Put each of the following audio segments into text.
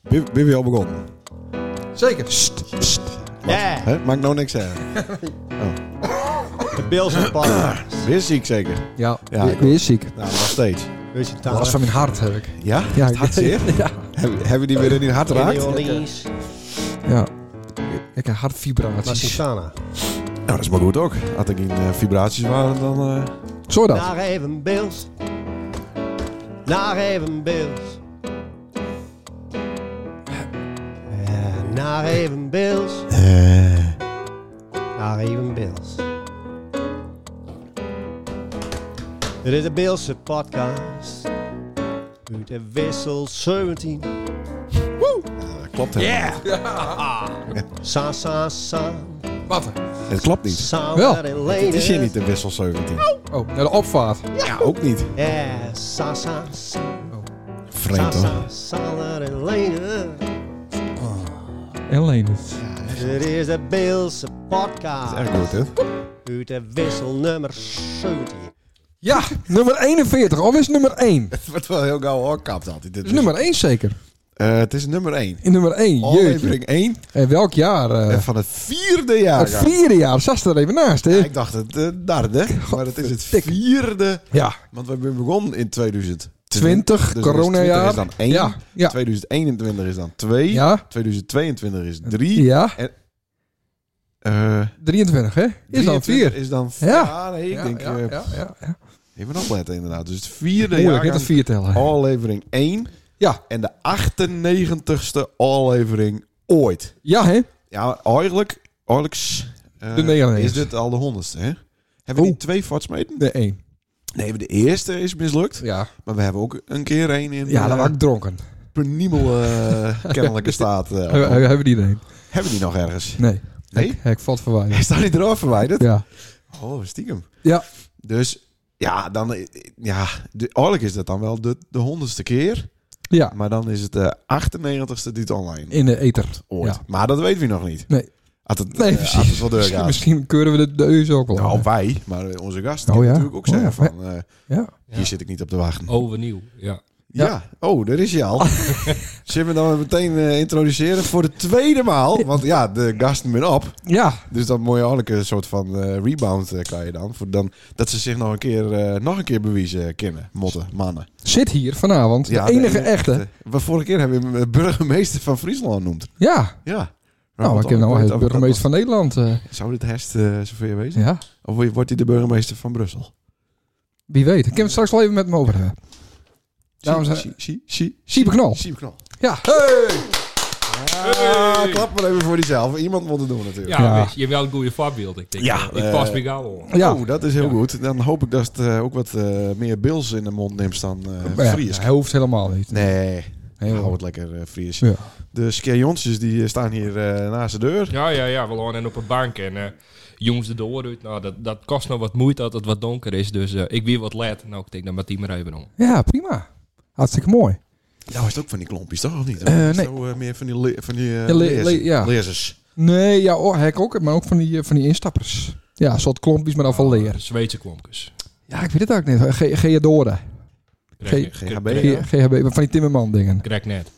Wie, wie we al begonnen? Zeker. Pst, pst. Ja, Hè? Mag ik nou niks zeggen? de Bills en Pannen. Weer ziek zeker? Ja, Ja, ik weer is ziek. Nou, nog steeds. Weet je Last talen? van mijn hart heb ik. Ja? Ja, Het hart zeer? ja, Hebben hebben we die weer in je hart geraakt? New Orleans. ja. Ik heb Maar hartvibraties. Santana. Nou, dat is maar goed ook. Als er geen eh, vibraties waren, dan... eh, Zo dat. Naar even Bills. Naar even Bills. Eh, Naar even Bills. eh, Eh. Naar even Bills. Dit is de Beelse podcast. Uit de wissel 17. dat klopt helemaal Sa sa sa. Wat? niet. Het klopt niet. Wel. Sander en Het Lene. is hier niet de wissel 17. Oh, naar de opvaart. Ja, ook niet. Ja, sa sa sa. Sa Vreemd hoor. sa Sander en Lene. En Lenus. Dit is de Beelse Dat podcast. is echt goed, hè? Uit de wissel nummer 17. Ja, nummer 41. Of is nummer 1? Dat Het wordt wel heel gauw hoorkapt altijd. Dit is nummer 1 zeker. Eh, het is nummer 1. In nummer 1, Oh, jeetje. Aflevering 1 En welk jaar? eh, en van het vierde jaar. het vierde jaar. Zat er even naast, hè? Ja, ik dacht het eh, derde, maar het is het Godverdikke. vierde. Ja. Want we hebben begonnen in 2020. 20, Dus coronajaar. 20 is dan 1. Ja, ja. 2021 is dan 2. Ja. 2022 is 3. Ja, Eh, 23, hè? Is dan 4. 23 Is dan Ja. 4. Ja, nee, ik ja, denk... ja, eh, ja, ja, ja. Even opletten inderdaad. Dus het vierde Moeilijk, jaar hè? Oh. Dat 4 tellen. aflevering 1 Ja, en de 98ste aflevering ooit. ja, hè? Ja, eigenlijk, eigenlijk s- eh, De 99ste. is dit al de 100ste, hè? Hebben we Oh. niet twee fortsmeten? De 1. Nee, de eerste is mislukt. Ja. Maar we hebben ook een keer een in Ja, dan eh, was ik dronken. penibel eh, kennelijke staat. eh, Hebben hebben we die er een? hebben die nog ergens? Nee. Nee? Ik, ik valt verwijderd. Is daar niet eraf verwijderd? Ja. Oh, stiekem. Ja. Dus ja, dan, eh, ja de, eigenlijk is dat dan wel de, de honderdste keer. Ja. Maar dan is het de 98ste die het online In de ether. ooit. Ja. Maar dat weten we nog niet. Nee. Had het, Nee, eh, precies. had het wel deur Misschien, gaat. misschien keuren we de, de eus ook wel. Nou, wij, maar eh, onze gasten Oh, kunnen ja? natuurlijk ook Oh, zeggen ja. van... eh, ja. Hier zit ik niet op te wachten. Overnieuw, ja. Ja. oh, daar is hij al. Zullen we dan meteen eh, introduceren voor de tweede maal? Want ja, de gasten zijn op. Ja. Dus dat mooie eigenlijk een soort van eh, rebound eh, kan je dan. Voor dan. Dat ze zich nog een keer, eh, nog een keer bewijzen kennen. Motten, mannen. Zit hier vanavond. Ja, de enige de- echte. We vorige keer hebben we hem eh, burgemeester van Friesland genoemd. Ja. Ja. Nou, ik heb nou weet het of dat burgemeester van Nederland. eh, nog- Zou dit herst eh zover wezen? ja. Of wordt- wordt hij de burgemeester van Brussel? Wie weet. Ik heb het straks wel even met hem over eh. hebben. Dames en- Siep- Siep- Siep- Siebe Knol. Siep Knol. Ja. Oh, Ah, klap maar even voor diezelf. Iemand moet het doen natuurlijk. Ja, Ja. wees, je hebt wel een goede voorbeeld. Ik denk, Ja, eh, eh, ik pas me gauw aan. Ja. Oh, dat is heel Ja. goed. Dan hoop ik dat het eh, ook wat eh, meer Bills in de mond neemt dan eh Maar ja, Fries. hij hoeft helemaal niet. Nee, Heel- hou het lekker eh Fries. Ja. De skierjontjes die eh, staan hier eh, naast de deur. Ja, ja, ja. We lopen op een bank en eh, jongens de door uit. Nou, dat, dat kost nog wat moeite dat het wat donker is. Dus eh, ik weer wat laat. Nou, ik denk dat Martien maar even om. Ja, prima. Hartstikke mooi. Nou is het ook van die klompjes, toch? Of niet? Eh, Of is nee. het nou, eh, meer van die, le- van die eh, Ja, le- lezers? le- ja. lezers. Nee, ja, oh, hek ook. Maar ook van die, eh, van die instappers. Ja, een soort klompjes, maar dan Oh. van leer. Eh, Zweedse klompjes. Ja, ik weet het ook niet. Ge- Geodora. G- GHB. Krek- G- GHB, van die Timmerman dingen. Krek net.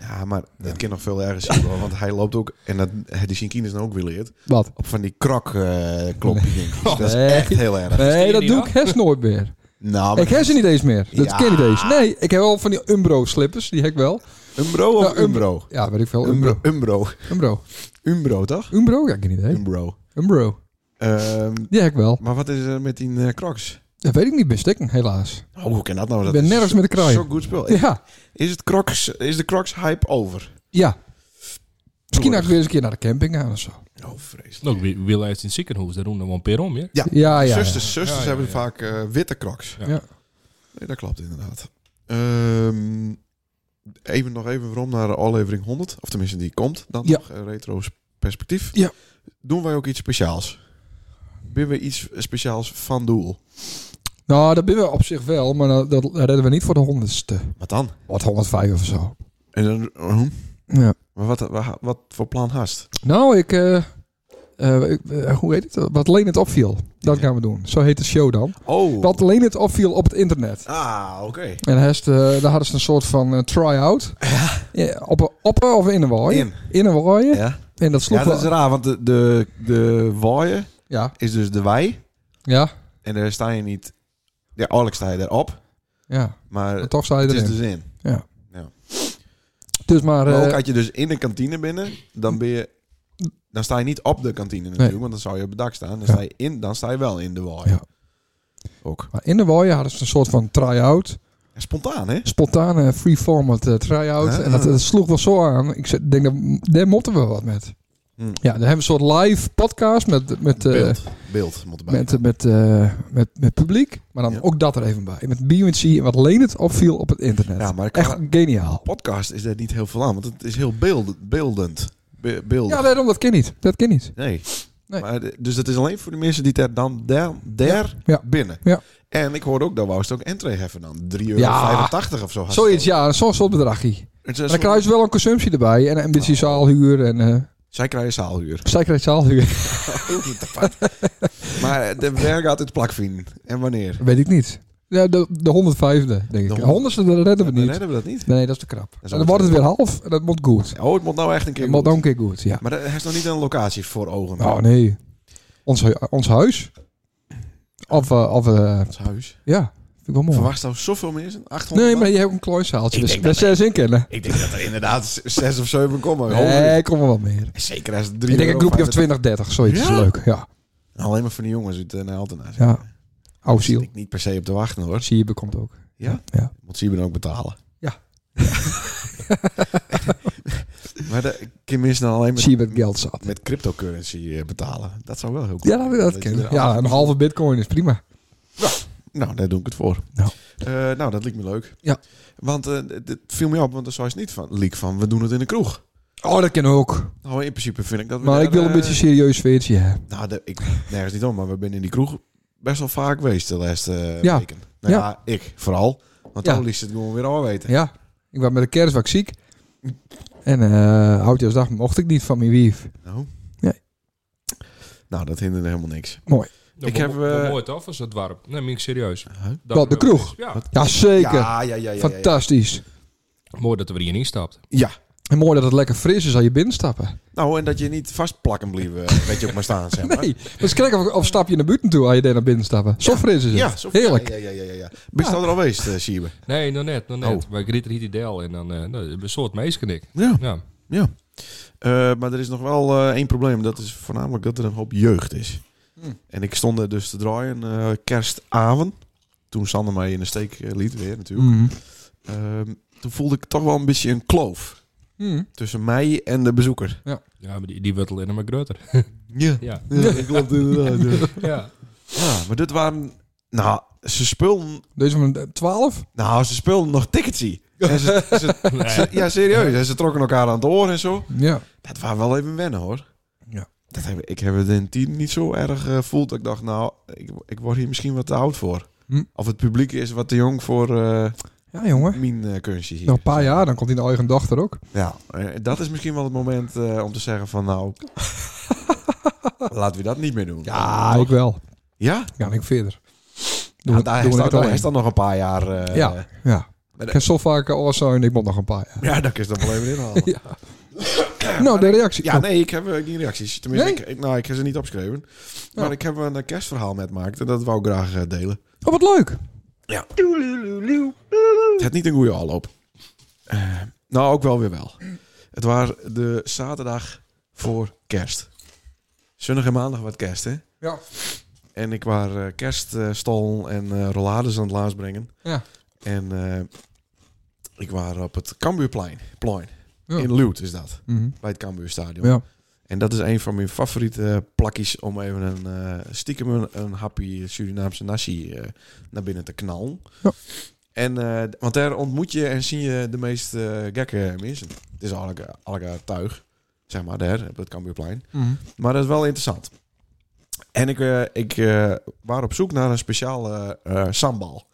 Ja, maar dat kan nog veel erger zien, hoor, want hij loopt ook, en dat eh, die Sinkines nou ook weer leert, Wat? op van die krok eh klompjes. dingetjes. Dat is Nee. echt heel erg. Nee, je dat die doe dan? ik hes nooit meer. Nou, Ik maar heb ze niet eens meer. Dat Ja. ken ik niet eens. Nee, ik heb wel van die Umbro slippers, die heb ik wel. Umbro of Ja, um- Umbro? Ja, weet ik veel. Umbro. Umbro. Umbro. Umbro. Umbro, toch? Umbro? Ja, ik ken niet eens. Umbro. Umbro. Ehm, Die heb ik wel. maar wat is er met die eh, crocs? Dat weet ik niet bestikken, helaas. Oh, hoe kan dat nou? Dat ben is nergens zo- met de kraai. Zo'n goed spul. Ja, Is, het crocs, is de crocs hype over? ja. Misschien ook weer eens een keer naar de camping gaan of zo. Oh, vreselijk. Nou, wie, wie leeft in het ziekenhuis? Daar doen we een per om, ja? Ja, Ja, ja. zusters, zusters Ja, ja, hebben ja. vaak eh, witte crocs. Ja. Ja. Nee, dat klopt inderdaad. Ehm, even nog even waarom naar de aflevering 100. Of tenminste, die komt dan Ja. nog. eh, retro's perspectief. Ja. Doen wij ook iets speciaals? Ben we iets speciaals van doel? Nou, dat ben we op zich wel, maar dat, dat redden we niet voor de honderdste. Wat dan? Wat, 105 of zo. En dan, hm? Ja. maar wat, wat, wat voor plan hast? Nou, ik, eh, eh, ik- eh, hoe heet het? Wat alleen het opviel. Dat Ja. gaan we doen. Zo heet de show dan. Oh. Wat alleen het opviel op het internet. Ah, oké. En daar is de- daar hadden ze een soort van eh, try-out. Ja, op, een- op een of in een waai. In. In een waai. Ja. En Oh dat sloeg ja, dat is wel- raar, want de, de, de waaien ja, is dus de wei. ja, En daar sta je niet... Ja, eigenlijk sta je erop, ja. maar Maar toch zei je het erin. is Dus, dus in. dus maar... Maar ook eh, als je dus in de kantine binnen, dan ben je... Dan sta je niet op de kantine natuurlijk, want dan zou je op het dak staan. Dan, Ja. sta, je in, dan sta je wel in de waai. Ja. Ook. maar in de waai hadden ze een soort van try-out. Spontaan, hè? Spontane free format eh, try-out. Ah. En dat, eh, sloeg wel zo aan. Ik zei, denk, dat, daar moeten we wat met. Hm. Ja, dan hebben we een soort live podcast met, met, eh, Beeld. Beeld moet erbij. met, met, eh, met, met publiek. Maar dan Ja. ook dat er even bij. Met BUNC en wat Leendert opviel op het internet. Ja, maar Echt qua geniaal. podcast is daar niet heel veel aan, want het is heel beeld, beeldend. Be- beeldig. Ja, daarom, dat kan niet. Dat kan niet. Nee. Nee. Maar, de- dus dat is alleen voor de mensen die daar dan daar, daar Ja. binnen. Ja. En ik hoorde ook, dat wou ze ook entree heffen dan. 3,85 euro Ja. of zo. had ze Zoiets, dan. ja. Zo'n soort bedragje. Het is Maar een dan soort- krijg je wel een consumptie erbij. En een beetje zaalhuur. En eh Zij krijgen zaalhuur. zij krijgt zaalhuur. maar eh, de, waar gaat het plak vinden? En wanneer? Weet ik niet. Ja, de, de 105e, denk ik. hond- De honderdste, dat redden we Dan niet. redden we dat niet. Nee, dat is te krap. is En dan wordt het weer half. En dat moet goed. Oh, het moet nou echt een keer Dat moet goed. dan een keer goed, ja. Maar er is nog niet een locatie voor ogen. Oh nee. Ons, hu- ons huis. Of, eh, of eh, Het huis. ja, vind ik wel mooi. Verwacht nou zoveel mensen? 800 Nee, maar man? je hebt een klooizaaltje. Ik Dus denk daar zes in kennen. Ik denk dat er inderdaad z- zes of zeven komen. Honderd. Nee, kom er wat meer. Zeker als het drie Ik denk een euro groepje 25. of 20, 30. Zoiets Ja? is leuk. Ja. Alleen maar van die jongens uit uh, Altena. Ja. Oude Zit ziel. ik niet per se op te wachten hoor. Zie je bekomt ook. Ja? Ja. Moet Sieben ook betalen. Ja. maar de, Kim is dan alleen met, Zie je het geld zat. met cryptocurrency eh, betalen. Dat zou wel heel cool Ja, dat, zijn. dat je ken ik. er Ja, af- een halve bitcoin is prima. Nou, daar doe ik het voor. Nou. Eh, nou, dat liep me leuk. Ja. Want eh dit viel me op, want er zou eens niet van leak van. We doen het in de kroeg. Oh, dat ken ik ook. Nou, in principe vind ik dat we Maar daar, ik wil een eh, beetje een serieus sfeertje hebben. Nou, de, ik, nergens niet om, maar we zijn in die kroeg best wel vaak geweest de laatste eh, Ja. weken. Nou, Ja. ja, ik vooral. Want Ja. dan liefst het gewoon weer al weten. Ja. Ik was met de kerst was ik ziek. En eh oudjaarsdag mocht ik niet van mijn wief. Nou. Nee. Nou, dat hinderde helemaal niks. Dat Ik mo- heb, dat eh, mooi toch, als het warm. Nee, meen ik serieus. Dat Wat, de er wel kroeg? is. Ja, Jazeker. Ja, ja, ja, ja. ja, ja. Fantastisch. mooi dat er weer hierin stapt. Ja. En mooi dat het lekker fris is als je binnenstappen. Nou, en dat je niet vastplakken bleef, eh, weet je, op maar staan, zeg maar. Nee, dat is gek of, of stap je naar buiten toe als je daar naar binnen stappen. Zo fris is het. Ja, zo Heerlijk. Ja, ja, ja, ja, ja. Ben je nou er al geweest, eh, Siebe? Nee, nog net, nog net. Oh. Maar ik riet er hier die del en dan eh nou, een soort meeskenik. Ja. Ja. ja. Eh, maar er is nog wel eh, één probleem. Dat is voornamelijk dat er een hoop jeugd is. Hm. En ik stond er dus te draaien eh, kerstavond. Toen Sander mij in de steek eh, liet, weer natuurlijk. Mhm. Ehm, toen voelde ik toch wel een beetje een kloof Mhm. tussen mij en de bezoeker. ja, maar die, die wordt alleen maar groter. Ja, Ja. dat klopt inderdaad. ja. ja. Ja, maar dit waren... Nou, ze spullen... Deze van 12? Nou, ze spullen nog ticketsie. En ze, ze- ze- ja, serieus. En ze trokken elkaar aan het oor en zo. Ja. Dat waren wel even wennen, hoor. Ja. Dat heb, ik- ik heb het in tien niet zo erg eh, gevoeld. dat ik dacht, nou, ik, ik word hier misschien wat te oud voor. Hm. Of het publiek is wat te jong voor eh Ja, jongen. mijn eh kunstje hier. Nog een paar jaar, dan komt hij de eigen dochter ook. Ja, eh, dat is misschien wel het moment eh, om te zeggen van, nou... laten we dat niet meer doen. Ja, ik wel. Ja? Ja, en ik verder. Doen Nou, we- daar doen is dan- we het daar alleen. is dan nog een paar jaar... eh, Ja. Ja. Maar Ik heb zo vaak eh, oor zijn, ik moet nog een paar jaar. Ja, dat is dan wel even inhalen. Ja. Nou, de reactie. Ja, nee, ik heb eh, geen reacties. Tenminste, Nee? ik, ik- nou, ik heb ze niet opgeschreven. Maar Oh. ik heb een eh, kerstverhaal met gemaakt en dat wou ik graag eh, delen. Oh, wat leuk. Het had niet een goede aanloop. Eh, nou, ook wel weer wel. Het was de zaterdag voor kerst. Zondag en maandag wat kerst, hè? Ja. En ik was eh kerststal en eh, rollades aan het laatst brengen. Ja. En eh, ik was op het Cambuurplein. Plein. Ja. In Luut is dat. Mhm. Bij het Cambuurstadion. Ja. En dat is een van mijn favoriete eh, plakjes om even een eh, stiekem een, een happy Surinaamse nasi eh, naar binnen te knallen. Ja. En, eh, want daar ontmoet je en zie je de meest eh, gekke mensen. Het is elkaar, elkaar eh, tuig, zeg maar, daar op het Cambuurplein. Mhm. Maar dat is wel interessant. En ik, eh ik eh, was op zoek naar een speciale eh, eh, sambal.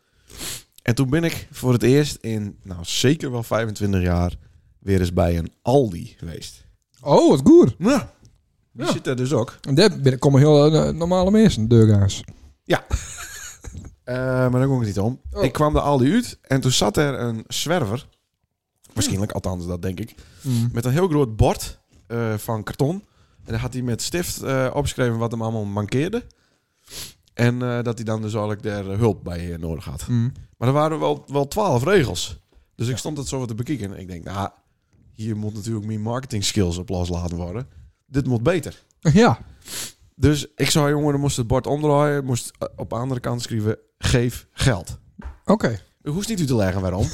En toen ben ik voor het eerst in, nou zeker wel 25 jaar, weer eens bij een Aldi geweest. Oh, wat goed. Ja. Die Ja. zit er dus ook. En daar binnen- komen heel eh, normale mensen, deurgaans. Eh, maar daar ging het niet om. Oh. Ik kwam de Aldi uit en toen zat er een zwerver. Waarschijnlijk, althans dat denk ik. Mhm. Met een heel groot bord eh, van karton. En daar had hij met stift eh, opgeschreven wat hem allemaal mankeerde. En eh, dat hij dan dus eigenlijk daar eh, hulp bij eh, nodig had. Mm. Maar er waren wel, wel twaalf regels. Dus ik stond dat zo wat te bekijken. En ik denk, nou, hier moet natuurlijk mijn marketing skills op loslaten worden. Dit moet beter. Ja. Dus ik zei, jongen, dan moest het bord omdraaien. Moest eh, op de andere kant schrijven, geef geld. Oké. Ik hoeft niet u te leggen waarom.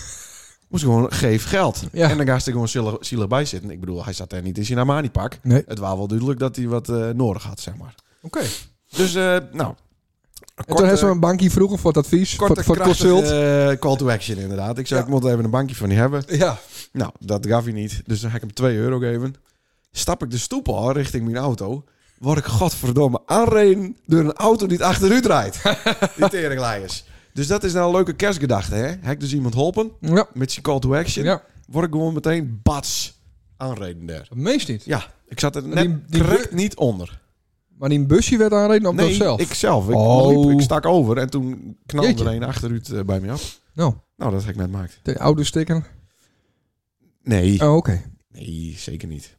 Moest gewoon, geef geld. Ja. En dan ga ik er gewoon zielig, zielig bij zitten. Ik bedoel, hij zat er niet in zijn Armani-pak. Nee. Het was wel duidelijk dat hij wat eh, nodig had, zeg maar. Oké. Dus, eh, nou... En toen heeft ze een bankje vroegen voor het advies, korte, voor, voor het krachtige, consult. eh, call to action, inderdaad. Ik zei, Ja. ik moet even een bankje van die hebben. ja. Nou, dat gaf hij niet. Dus dan ga ik hem 2 euro geven. Stap ik de stoep al richting mijn auto. Word ik godverdomme aanreden door een auto die het achteruit rijdt. die teringlijers. Dus dat is nou een leuke kerstgedachte, hè? Heb ik dus iemand helpen Ja. met zijn call to action? ja. Word ik gewoon meteen bats aanreden daar. Dat meest niet. Ja, ik zat er Maar net die- die correct niet onder. Maar die busje werd aanreden op nee, zichzelf. ik zelf. Ik, Oh. liep, ik stak over en toen knalde Jeetje. er een achteruit eh, bij me af. Nou, Nou, dat heb ik net gemaakt. de oude stikken. Nee. Oh, oké. Nee, zeker niet.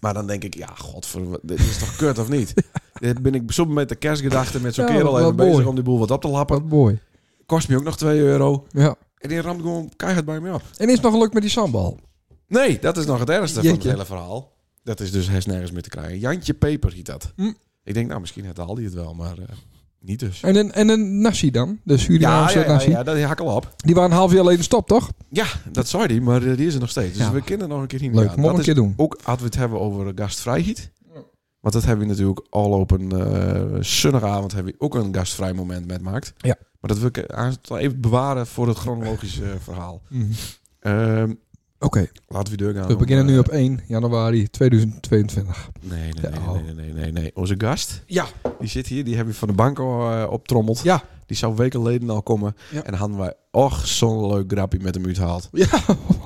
Maar dan denk ik, ja, godver, wat- dit is toch kut of niet? Dit ben ik soms met de kerstgedachten met zo'n Ja, kerel wel even mooi. bezig om die boel wat op te lappen. Wat mooi. Kost me ook nog 2 euro. Ja. En die ramt gewoon keihard bij me op. En is het nog gelukt met die sambal? Nee, dat is nog het ergste van Jeetje. het hele verhaal. Dat is dus hers nergens meer te krijgen. Jantje Peper heet dat. Hm. Ik denk, nou, misschien had Aldi het wel, maar eh, niet dus. En een, en een nasi dan? De Ja, Surinaamse ja, ja, nasi. ja, dat hak al op. Die waren een half jaar geleden stop, toch? Ja, dat zei hij, maar eh, die is er nog steeds. Dus Ja. we kunnen nog een keer hier Leuk, gaan. moet Dat een is keer doen. Ook als we het hebben over gastvrijheid. Want dat hebben we natuurlijk al op een eh, zondagavond hebben we ook een gastvrij moment met maakt. Ja. Maar dat wil ik aanst- even bewaren voor het chronologische eh, verhaal. Mhm. Ehm, Oké, laten we deur gaan. we om, beginnen nu eh, op 1 januari 2022. Nee, nee, nee, Ja, oh. nee, nee, nee, nee, nee. Onze gast. Ja. Die zit hier, die hebben we van de bank al eh, optrommeld. Ja. Die zou weken geleden al komen. Ja. En hadden wij, och, zo'n leuk grapje met hem uitgehaald. Ja,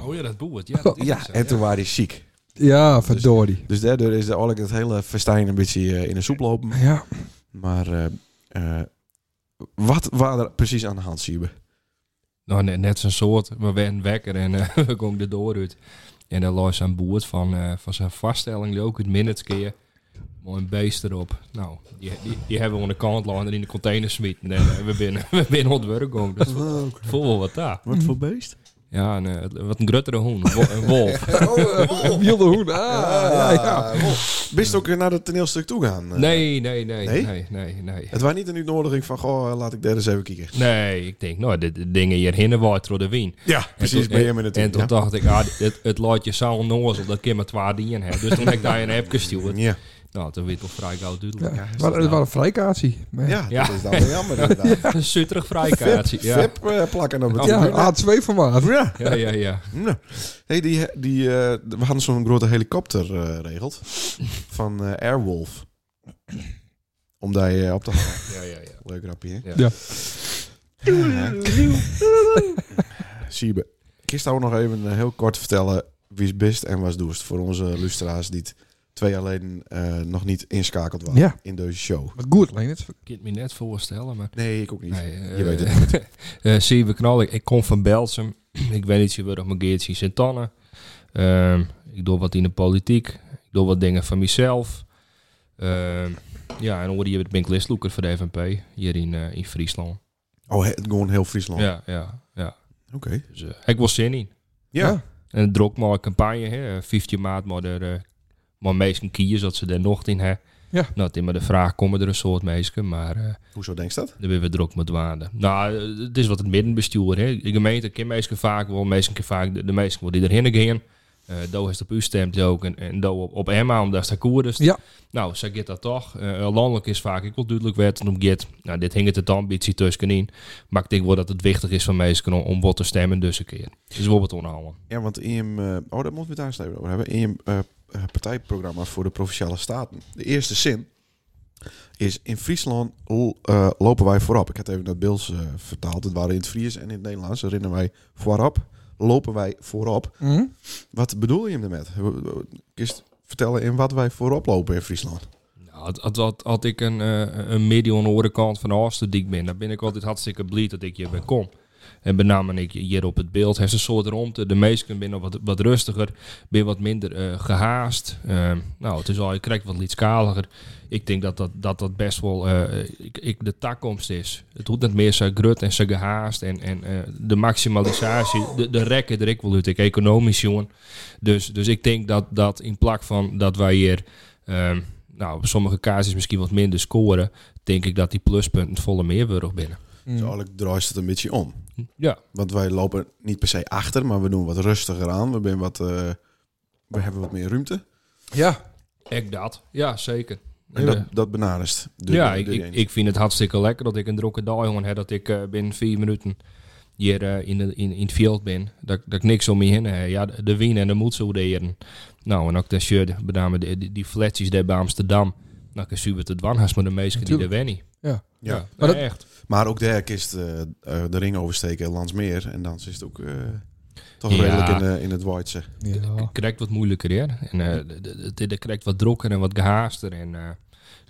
Oh ja, dat boeit. Ja, dat is Ja, het, en toen waren hij ziek. ja verdorie. Dus daardoor is de eigenlijk het hele festijn een beetje eh, in de soep lopen. Ja. Maar eh, eh, wat was er precies aan de hand, Siebe? Nou, net, net zo'n soort. We werden wekker en eh, we gingen de door uit. En dan lag zijn boert van, eh, van zijn vaststelling, die ook het minutes keer. Mooi een beest erop. Nou, die, die, die hebben we aan de kant laten en in de container smeten. En eh, we binnen, we binnen het werk komen. Dus voel wel wat daar. Wat voor beest? Ja, een, eh, wat een gruttere hoen. Een wo- een wolf. Oh, Wilde hoed. Ah, ja, ja. Bist ook naar het toneelstuk toe gaan? Nee, nee, nee. Nee? Nee, nee, nee. nee. Het was niet een uitnodiging van, goh, eh, laat ik daar eens even kijken. Nee, ik denk, nou, dit dit dingen hier hinnen waait door de wien. Ja, precies, toen- ben je me En natuurlijk. toen ja. dacht ik, ah, het, het laatje zou nozel, dat kan maar twee dingen hebben. Dus toen heb ik daar een app gestuurd. Ja. Nou, toen werd het vrij gauw duidelijk. Ja, Ja, is maar dat het nou? was een vrijkaartje. Maar- Ja, Ja. dat is dan wel jammer inderdaad. Een Sutterig vrijkaartje. Vip, Ja. eh, plakken op het Ja, tribune. A2 formaat. Ja. ja, ja, ja. Nou, hey, die, die, eh, we hadden zo'n grote helikopter eh, geregeld van eh, Airwolf. Om daar eh, op te halen. ja, ja, ja. Leuk rapje, hè? Ja. Ja. Siebe, ik zou nog even eh, heel kort vertellen wie is best en was doest. Voor onze lustra's die het twee jaar geleden eh, nog niet inschakeld waren Ja. in deze show. Wat goed, Leendert. Ik kan het me net voorstellen, maar... Nee, ik ook niet. Nee, eh, Je weet het eh, zie we knallen. Ik kom van Belsum. ik ben niet zo weer op mijn geertje in Tanne. Ehm, ik doe wat in de politiek. Ik doe wat dingen van mezelf. Ehm, ja, en hoor hier ben ik listloeker voor de FNP. Hier in, eh, in Friesland. Oh, he- gewoon heel Friesland. Ja, ja, ja. Oké. Dus, eh, ik wil zin in. Ja. Ja. En het drok maar een campagne, hè. 15 maart, maar er eh, maar meesten kiezen dat ze er nog in hè. Ja. Nou, het is maar de vraag, komen er een soort meisje, maar eh Hoezo denk je dat? daar ben we druk met waande. Nou, eh, het is wat het middenbestuur, hè. De gemeente kent meestal vaak wel, meestal keer vaak de, de meesten wel die erheen gaan. Eh Doe heeft op u stemt ook en, en Doe op, op Emma, omdat ze koer is. Ja. Nou, ze gaat dat toch. Eh, landelijk is vaak ik wel duidelijk werd om get. Nou, dit hing het het ambitie tussenin. Maar ik denk wel dat het wichtig is van meesten om, om wat te stemmen dus een keer. Dus wel wat onhouden. Ja, want in je, eh, oh, dat moeten we daar eens even over hebben. In je eh, eh, partijprogramma voor de Provinciale Staten. De eerste zin is, in Friesland l- eh, lopen wij voorop. Ik had even dat Bils eh, vertaald. Het waren in het Fries en in het Nederlands. Herinneren wij voorop. Lopen wij voorop. Mhm. Wat bedoel je hem daarmee? Kist vertellen in wat wij voorop lopen in Friesland. Nou, had, had, had, had ik een, eh een midden aan de andere kant van de Oosterdiek ben, dan ben ik altijd hartstikke blij dat ik hier ben kom. En met name ik hier op het beeld heeft een soort romte. De meesten binnen wat, wat rustiger, ben wat minder eh, gehaast. Eh, nou, het is al, je krijgt wat liedskaliger. Ik denk dat dat, dat, dat best wel eh, ik, ik de takkomst is. Het hoeft niet meer zo grut en zo gehaast. En, en eh, de maximalisatie, de, de rekken er ik wel uit, ik economisch jongen. Dus, dus ik denk dat, dat in plak van dat wij hier ehm, nou, op sommige casus misschien wat minder scoren, denk ik dat die pluspunten het volle meerburg binnen. Dus eigenlijk draait het een beetje om. Ja, Want wij lopen niet per se achter, maar we doen wat rustiger aan. We, zijn wat, eh, we hebben wat meer ruimte. Ja. ik dat. Ja, zeker. En dat, dat benadert. de- ja, de- ik, de ik, ene. ik vind het hartstikke lekker dat ik een drokke dag jongen heb. Dat ik eh, binnen vier minuten hier eh, in, de, in, in het veld ben. Dat, ik- dat ik niks om me heen heb. Ja, de, de wien en de moed zo deren. Nou, en ook dat shirt, met name die, die, die flesjes daar bij Amsterdam. Nou, ik super te dwan maar de meesten die er Natuurlijk. wennen. Ja. Ja. Maar nee, dat- echt. Maar ook daar kist eh, eh, de ring oversteken in Landsmeer. En dan is het ook eh, toch Ja. redelijk in, de- in het Whitese. Ja. Het krijgt wat moeilijker, hè. En eh, de- de- het het krijgt wat drokker en wat gehaaster. En eh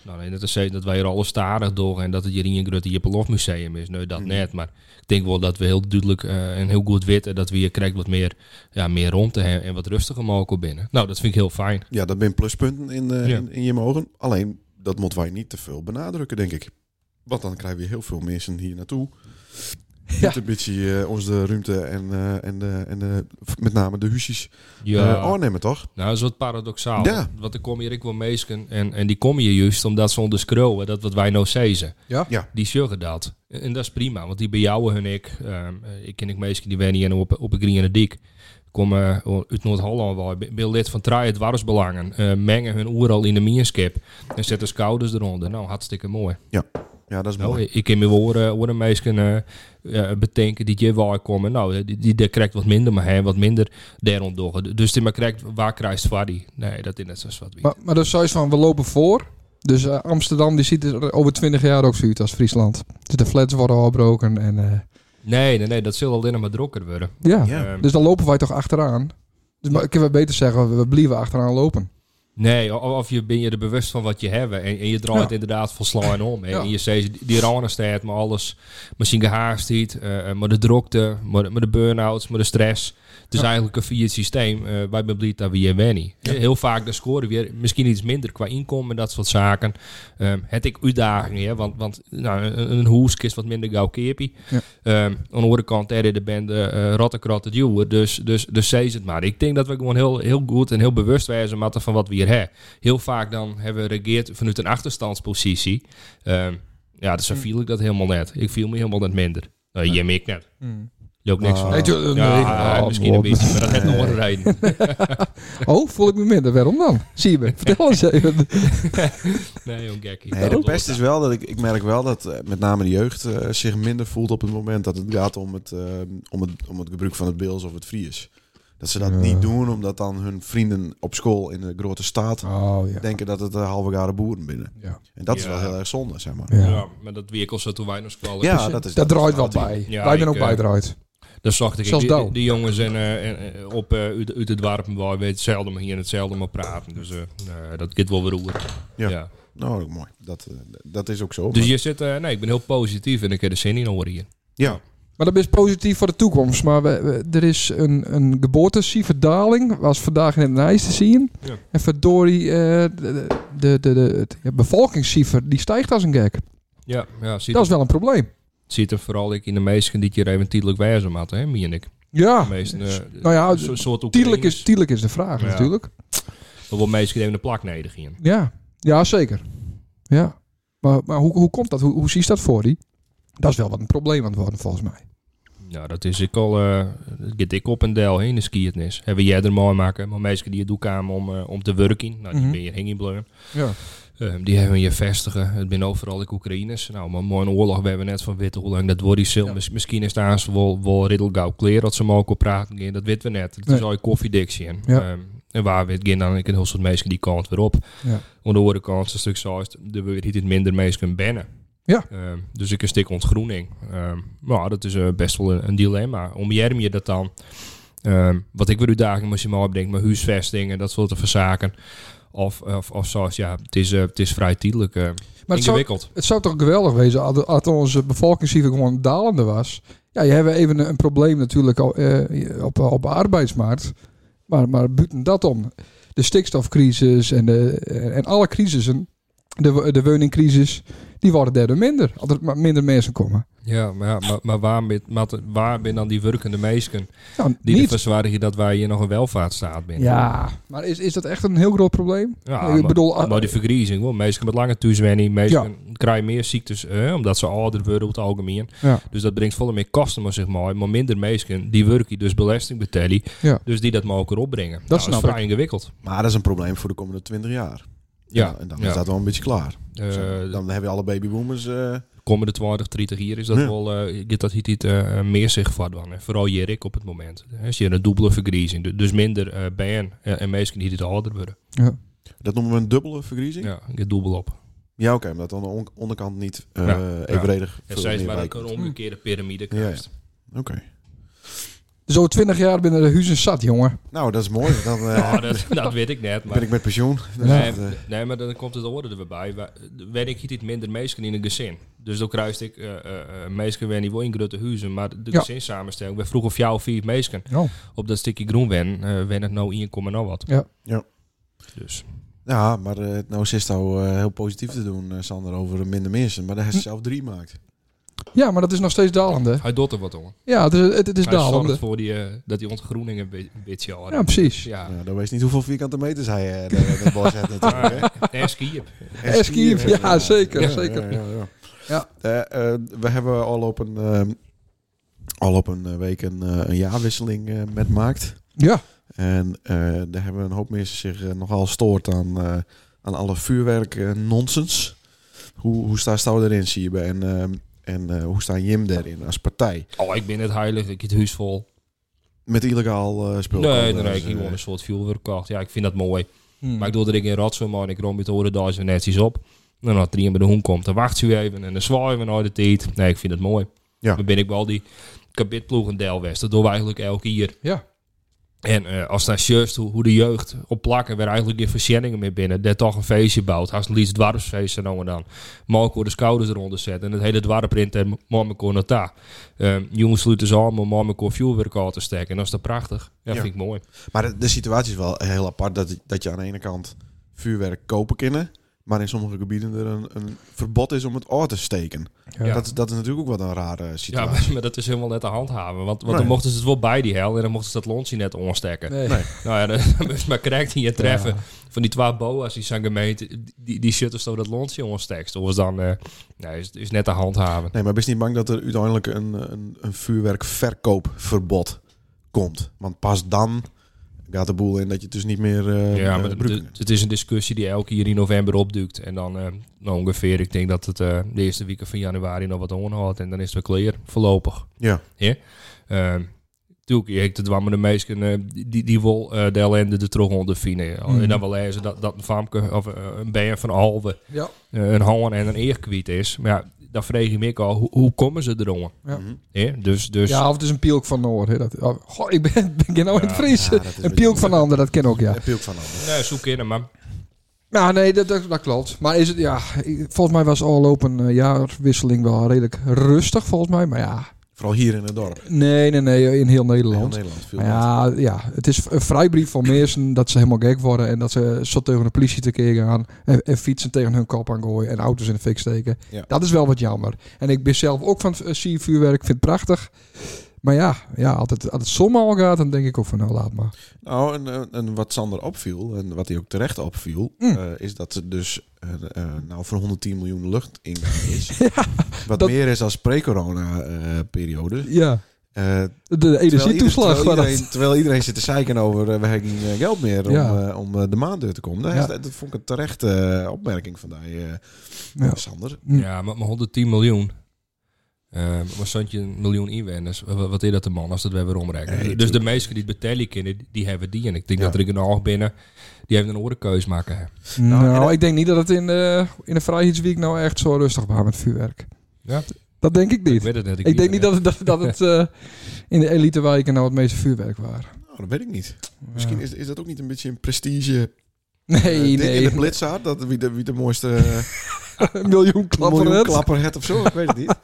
nou, nee, dat is zeker dat wij er alles stadig door en dat het hier in je grote Jeppelof-museum is. Nee, dat Hmm. net. Maar ik denk wel dat we heel duidelijk eh, en heel goed weten dat we hier krijgt wat meer, ja, meer rondte en, en wat rustiger mogen binnen. Nou, dat vind ik heel fijn. Ja, dat zijn pluspunten in, eh, Ja. in, in je mogen. Alleen, dat moeten wij niet te veel benadrukken, denk ik. Want dan krijgen we heel veel mensen hier naartoe. Ja. Met een beetje ons de ruimte en, eh, en, de, en de, met name de huisjes Ja. eh, aannemen, toch? Nou, dat is wat paradoxaal. Ja. Want er komen hier ik wel meesken en, en die komen hier juist omdat ze onderschreeuwen dat wat wij nou zezen. Ja. Ja. Die zeggen dat. En, en dat is prima, want die bejouwen hun ik. Ehm, eh, ik ken ik meesken die wennen hier nou op, op een green en de dik. Kom eh, uit Noord-Holland wel. Ik ben- ben lid van Traai het Warfsbelangen. Eh, mengen hun oer al in de mierskip. En zetten schouders eronder. Nou, hartstikke mooi. Ja, dat is Nou, mooi. ik ken me horen, horen meisken eh, eh, bedenken die je waar komen. Nou, die, die, die krijgt wat minder, maar hij wat minder daarom door. Dus die maar krijgt waar krijgt waar die. Nee, dat is net zoals wat wie. Maar, maar dat is zoiets van, we lopen voor. Dus eh, Amsterdam die ziet er over 20 jaar ook zo uit als Friesland. Dus de flats worden afgebroken en eh, Nee, nee, nee, dat zal alleen nog maar drokker worden. ja. Ja. Ehm, Dus dan lopen wij toch achteraan. Dus maar, ik kan wel beter zeggen, we- we blijven achteraan lopen. nee, o- of je ben je er bewust van wat je hebt en, en je draait Ja. inderdaad volslaan om. En Ja. je ziet die- die ranen staat, maar alles, misschien gehaast niet, eh, maar de drokte, maar, maar de burn-outs, maar de stress. Het is Ja. eigenlijk een vier systeem eh bij Bliet dat we hier wennen. Heel vaak dan scoren we weer misschien iets minder qua inkomen en dat soort zaken. Ehm het ik uitdagingen, hè, want, want nou, een, een hoes is wat minder gauw keerpie. Ja. Ehm, aan de andere kant er de band eh Rottenkrat het Juwer, dus, dus, dus zei ze het maar. Ik denk dat we gewoon heel, heel goed en heel bewust wijzen moeten van wat we hier hebben. Heel vaak dan hebben we regeerd vanuit een achterstandspositie. Ehm, ja, dus zo Hm. viel ik dat helemaal net. Ik viel me helemaal net minder. Nou, je ik net. Je ook niks van. Ah. Nee, tu- Ja, nee. ja, Oh, misschien een God. beetje, maar dat gaat nog wel rijden. Oh, voel ik me minder. Waarom dan? Zie je me. Vertel eens even. Nee, jong gek. Ik Nee, ben het op de- beste is wel dat ik, ik merk wel dat eh, met name de jeugd eh, zich minder voelt op het moment dat het gaat om het, eh, om het, om het gebruik van het beels of het fries. Dat ze dat Ja. niet doen omdat dan hun vrienden op school in de grote staat Oh, ja. denken dat het eh, halve halvegare boeren binnen. Ja. En dat is Ja. wel heel erg zonde, zeg maar. ja. Ja, maar dat wiekel zo toen weinig kwallen. Ja, dat is Dat draait is wel natuurlijk- bij. Ja, wij ik, zijn ook eh, bij draait. Dat zocht ik. Zelfs Die- die, Douw. die jongens en, eh, en, eh, op, eh, uit, uit het dorp waar we hetzelfde maar hier en hetzelfde maar praten. Dus eh, nee, dat gaat wel weer roer. Ja. Ja. Nou, ook mooi. Dat, eh, dat is ook zo. Dus maar- je zit, eh, nee, ik ben heel positief en ik heb de zin in horen hier. ja, Maar dat is positief voor de toekomst. Maar we, we- er is een, een geboortecijferdaling. Was vandaag in het Nijs te zien. Ja. En verdorie, eh, de, de, de, de, het- ja, bevolkingscijfer die stijgt als een gek. Ja, ja ziet, Dat is wel een probleem. ziet er vooral ik in de meesten die ik hier even tijdelijk wijzen had, hè, Mie en ik. Ja. De meesten, eh, Ah, nou ja, zo- soort tijdelijk is, Oekraïners. tijdelijk is de vraag Ja. natuurlijk. Wel meesten even de plak neder gingen. Ja. Ja, zeker. Ja. Maar, maar hoe, hoe komt dat? Hoe, hoe zie je dat voor die? Dat is wel wat een probleem aan het worden volgens mij. Nou, dat is ik al. eh dat get ik op een deel heen, de skiertnis. Hebben jij er mooi maken. Maar meesten die het doen kwamen om, eh, om te werken. Nou, die Mhm. ben je hing in Bleu. Ja. Ehm, die hebben je vestigen. Het zijn overal ik Oekraïners. Nou, maar mooi een oorlog. We hebben net van witte hoe lang dat wordt. die zil. Ja. Mis- misschien is daar ze wel, wel riddelgauw kleren dat ze maar ook op praten. gaan. Dat weten we net. Het is Nee. al een koffiedictie. En, Ja. ehm, en waar we het gaan, dan ik een heel soort mensen die kant weer op. Ja. Aan de andere kant is het stuk zo, er weer iets minder mensen bennen. Ja. Ehm, dus ik een stuk ontgroening. Ehm, maar dat is eh, best wel een, een dilemma. Om je dat dan Ehm, wat ik weer uitdaging maximaal op denk, maar huisvesting en dat soort van zaken. Of, of, of zoals, ja, het is, eh, het is vrij tijdelijk eh, Maar het zou, ingewikkeld. het zou toch geweldig wezen als- als onze bevolkingscijfer gewoon dalende was. Ja, je hebt even een, een probleem natuurlijk al, eh, op, op de arbeidsmarkt. Maar, maar buiten dat om. De stikstofcrisis en, de, eh, en alle crisissen, de, de woningcrisis, die worden daardoor minder. Als er maar minder mensen komen. Ja, maar, ja, maar, maar waar, met, met- waar ben dan die werkende meisken Nou, die niet. ervoor zwaaien dat wij hier nog een welvaartsstaat binnen? Ja, maar is, is dat echt een heel groot probleem? Ja, ik maar, bedoel, ah, maar die vergriezing, wel, mensen met lange thuiswenning, mensen krijgen meer ziektes, eh, omdat ze ouder worden over het algemeen. Ja. Dus dat brengt volle meer kosten met zich mee, maar minder mensen die werken, dus belasting betalen, Ja. dus die dat mogen opbrengen. Nou, Dat snap is vrij ingewikkeld. Maar dat is een probleem voor de komende 20 jaar. Ja, Nou, en dan ja. is dat wel een beetje klaar. Eh, dan hebben we alle babyboomers. eh, de komende 20, 30 jaar is dat Ja. wel, eh, je- dat hiet iets eh, meer zich van dan. En vooral Jerik op het moment. Hè, Als je een dubbele vergriezing, du- dus minder eh BN en, en mensen die het ouder worden. dat noemen we een dubbele vergriezing. Ja, Ja, je dubbel op. oké, maar dat dan de on- onderkant niet eh Ja, ja. evenredig. En veel zij is meer maar wijkt. een omgekeerde piramide Ja, ja. krijgt. Oké. Zo twintig jaar binnen de huizen zat, jongen. Nou, dat is mooi. Dan eh, Nou, dat, dat weet ik net, maar... ben ik met pensioen. Dus Nee, dat, eh, nee, maar dan komt het orde er weer bij. Wa- Wen ik hier minder mensen in een gezin. Dus dan kruis ik eh eh, eh, mensen wen die wel in grote huizen. Maar de Ja. gezinssamenstelling, we vroegen of jou of vier mensen Ja. op dat stukje groen wen, eh wen het nou 1,0 wat. Ja. Ja. Dus ja, maar eh, nou is het nou eh, heel positief te doen, eh, Sander, over minder mensen. Maar dat hij zelf drie maakt. ja, maar dat is nog steeds dalende. hij doet er wat om. Ja, het is, het, het is hij zorgt dalende. voor die, eh, dat die ontgroening een be- een beetje al. Ja, precies. Ja. Nou, dan weet niet hoeveel vierkante meters hij eh de, de bos heeft natuurlijk. hè. En skiën. Eskiep, ja, zeker, Ja, zeker. ja, ja, ja. Ja. Eh, eh, we hebben al op een, ehm, al op een eh, week een, eh, een jaarwisseling eh, met Maakt. Ja, En eh, daar hebben een hoop mensen zich eh, nogal stoord aan, eh, aan alle vuurwerk eh, nonsens. Hoe, hoe staat Stouw erin, zie je? En, ehm, en eh, hoe staat Jim daarin als partij? Oh, ik ben het heilig, ik heb het huis vol. Met illegaal eh spul. Nee, nee, Dus, nee, ik heb eh, gewoon een soort vuurwerk kocht. Ja, ik vind dat mooi. Hmm. Maar ik doe er ik in rotzooi, maar ik rom met horen daar zo netjes op. En als er iemand bij de hoen komt, dan wacht ze even en dan zwaaien we naar de tijd. Nee, ik vind het mooi. Ja. Dan ben ik wel die kabitploeg in Delwest. Dat doen we eigenlijk elk jaar. Ja. En eh, als daar juist hoe, hoe de jeugd op plakken weer eigenlijk in verschenningen mee binnen, dat toch een feestje bouwt. Als het liefst dwarfsfeest en dan dan. Maar ook de schouders eronder zetten en het hele dwarprint en marmekoor nota. Ehm jongens sluiten ze allemaal marmekoor vuurwerk aan te steken. En dat is toch prachtig? Ja, Ja. vind ik mooi. Maar de, de situatie is wel heel apart dat, dat je aan de ene kant vuurwerk kopen kennen. Maar in sommige gebieden er een, een verbod is om het oor te steken. Ja. Dat, dat is natuurlijk ook wat een rare Ja, situatie. maar, maar dat is helemaal net te handhaven. Want, want Nee. dan mochten ze het wel bij die hel en dan mochten ze dat lontje net onstekken. Nee. Nou ja, dan dan moest maar correct hier treffen. Van die twee boa's die zijn gemeente, die, die shutters door dat lontje onstekt. Of is dan, eh, nee, is, is net te handhaven. Nee, maar ben je niet bang dat er uiteindelijk een, een, een vuurwerkverkoopverbod komt? Want pas dan gaat de boel in dat je het dus niet meer eh ja, eh, maar het- gebruiken het, het is een discussie die elke hier in november opduikt. En dan eh, nou ongeveer, ik denk dat het eh, de eerste weken van januari nog wat onhoudt. En dan is het weer klaar, voorlopig. Ja. Ehm, Tuurlijk, je hebt het wel met de meesten eh, die, die wil eh, de ellende er terug onder vinden. Mm. Mhm. En dan wel lezen dat, dat een famke of eh, een BN van Alve Ja. eh, een hoorn en een eer kwijt is. Maar ja, dan vreeg ik me ook al, hoe, hoe komen ze eronder? Ja. Mhm. hè Dus, dus ja, of het is een pielk van Noord. Hè. Dat, oh, goh, ik ben, begin nou in het Ja, Fries. ja, dat is een pielk beetje- van ander, dat ken ook, ja. Heb je ook van alles. nee, eh, zoek in, maar Nou, nee, dat, dat, dat klopt. Maar is het, ja, ik- volgens mij was afgelopen eh, jaarwisseling wel redelijk rustig, volgens mij. Maar ja, Vooral hier in het dorp. nee, nee, nee, in heel Heel Nederland. Nederland. Veel Maar ja, ja, het is een vrijbrief van mensen dat ze helemaal gek worden. En dat ze zo tegen de politie tekeer gaan. En, en fietsen tegen hun kop aan gooien. En auto's in de fik steken. Ja. Dat is wel wat jammer. En ik ben zelf ook van eh, zie vuurwerk. vind het prachtig. Maar ja, ja als, het, als het zomaar al gaat, dan denk ik ook van nou laat maar. Nou, en, eh, en wat Sander opviel, en wat hij ook terecht opviel, Mm. eh, is dat er dus eh, eh, nou voor 110 miljoen lucht ingaan is. wat dat- meer is dan pre-corona-periode. Ja, Eh, de, de terwijl ieder- energietoeslag. Terwijl maar dat- iedereen, terwijl iedereen zit te zeiken over eh, we hebben geen eh, geld meer om, Ja. eh, om eh, de maand door te komen. Dat, is- Ja. dat, dat vond ik een terechte eh, opmerking van die, eh, Ja. Sander. Hm. ja, met maar 110 miljoen. Eh maar zo'n een miljoen inwoners, wa- wa- wat is dat de man als dat we weer omrekenen? Nee, dus de tuurlijk. meesten die het betalen kunnen, die hebben die. En ik denk Ja. dat er een oog binnen, die hebben een andere keus maken. hè. Nou, Nou, en- eh, ik denk niet dat het in de, in de Vrijheidsweek nou echt zo rustig was met vuurwerk. Ja. Dat denk ik Ik niet. weet het net. Ik denk niet dat het, dat, dat het eh, in de elite wijken nou het meeste vuurwerk waren. Nou, dat weet ik niet. Misschien Ja. is, is dat ook niet een beetje een prestige Nee, eh, ding in nee. de blitzaar. Dat wie de, wie de mooiste eh, Een miljoen klappen. miljoen het. klapper het of zo. Ik weet het niet.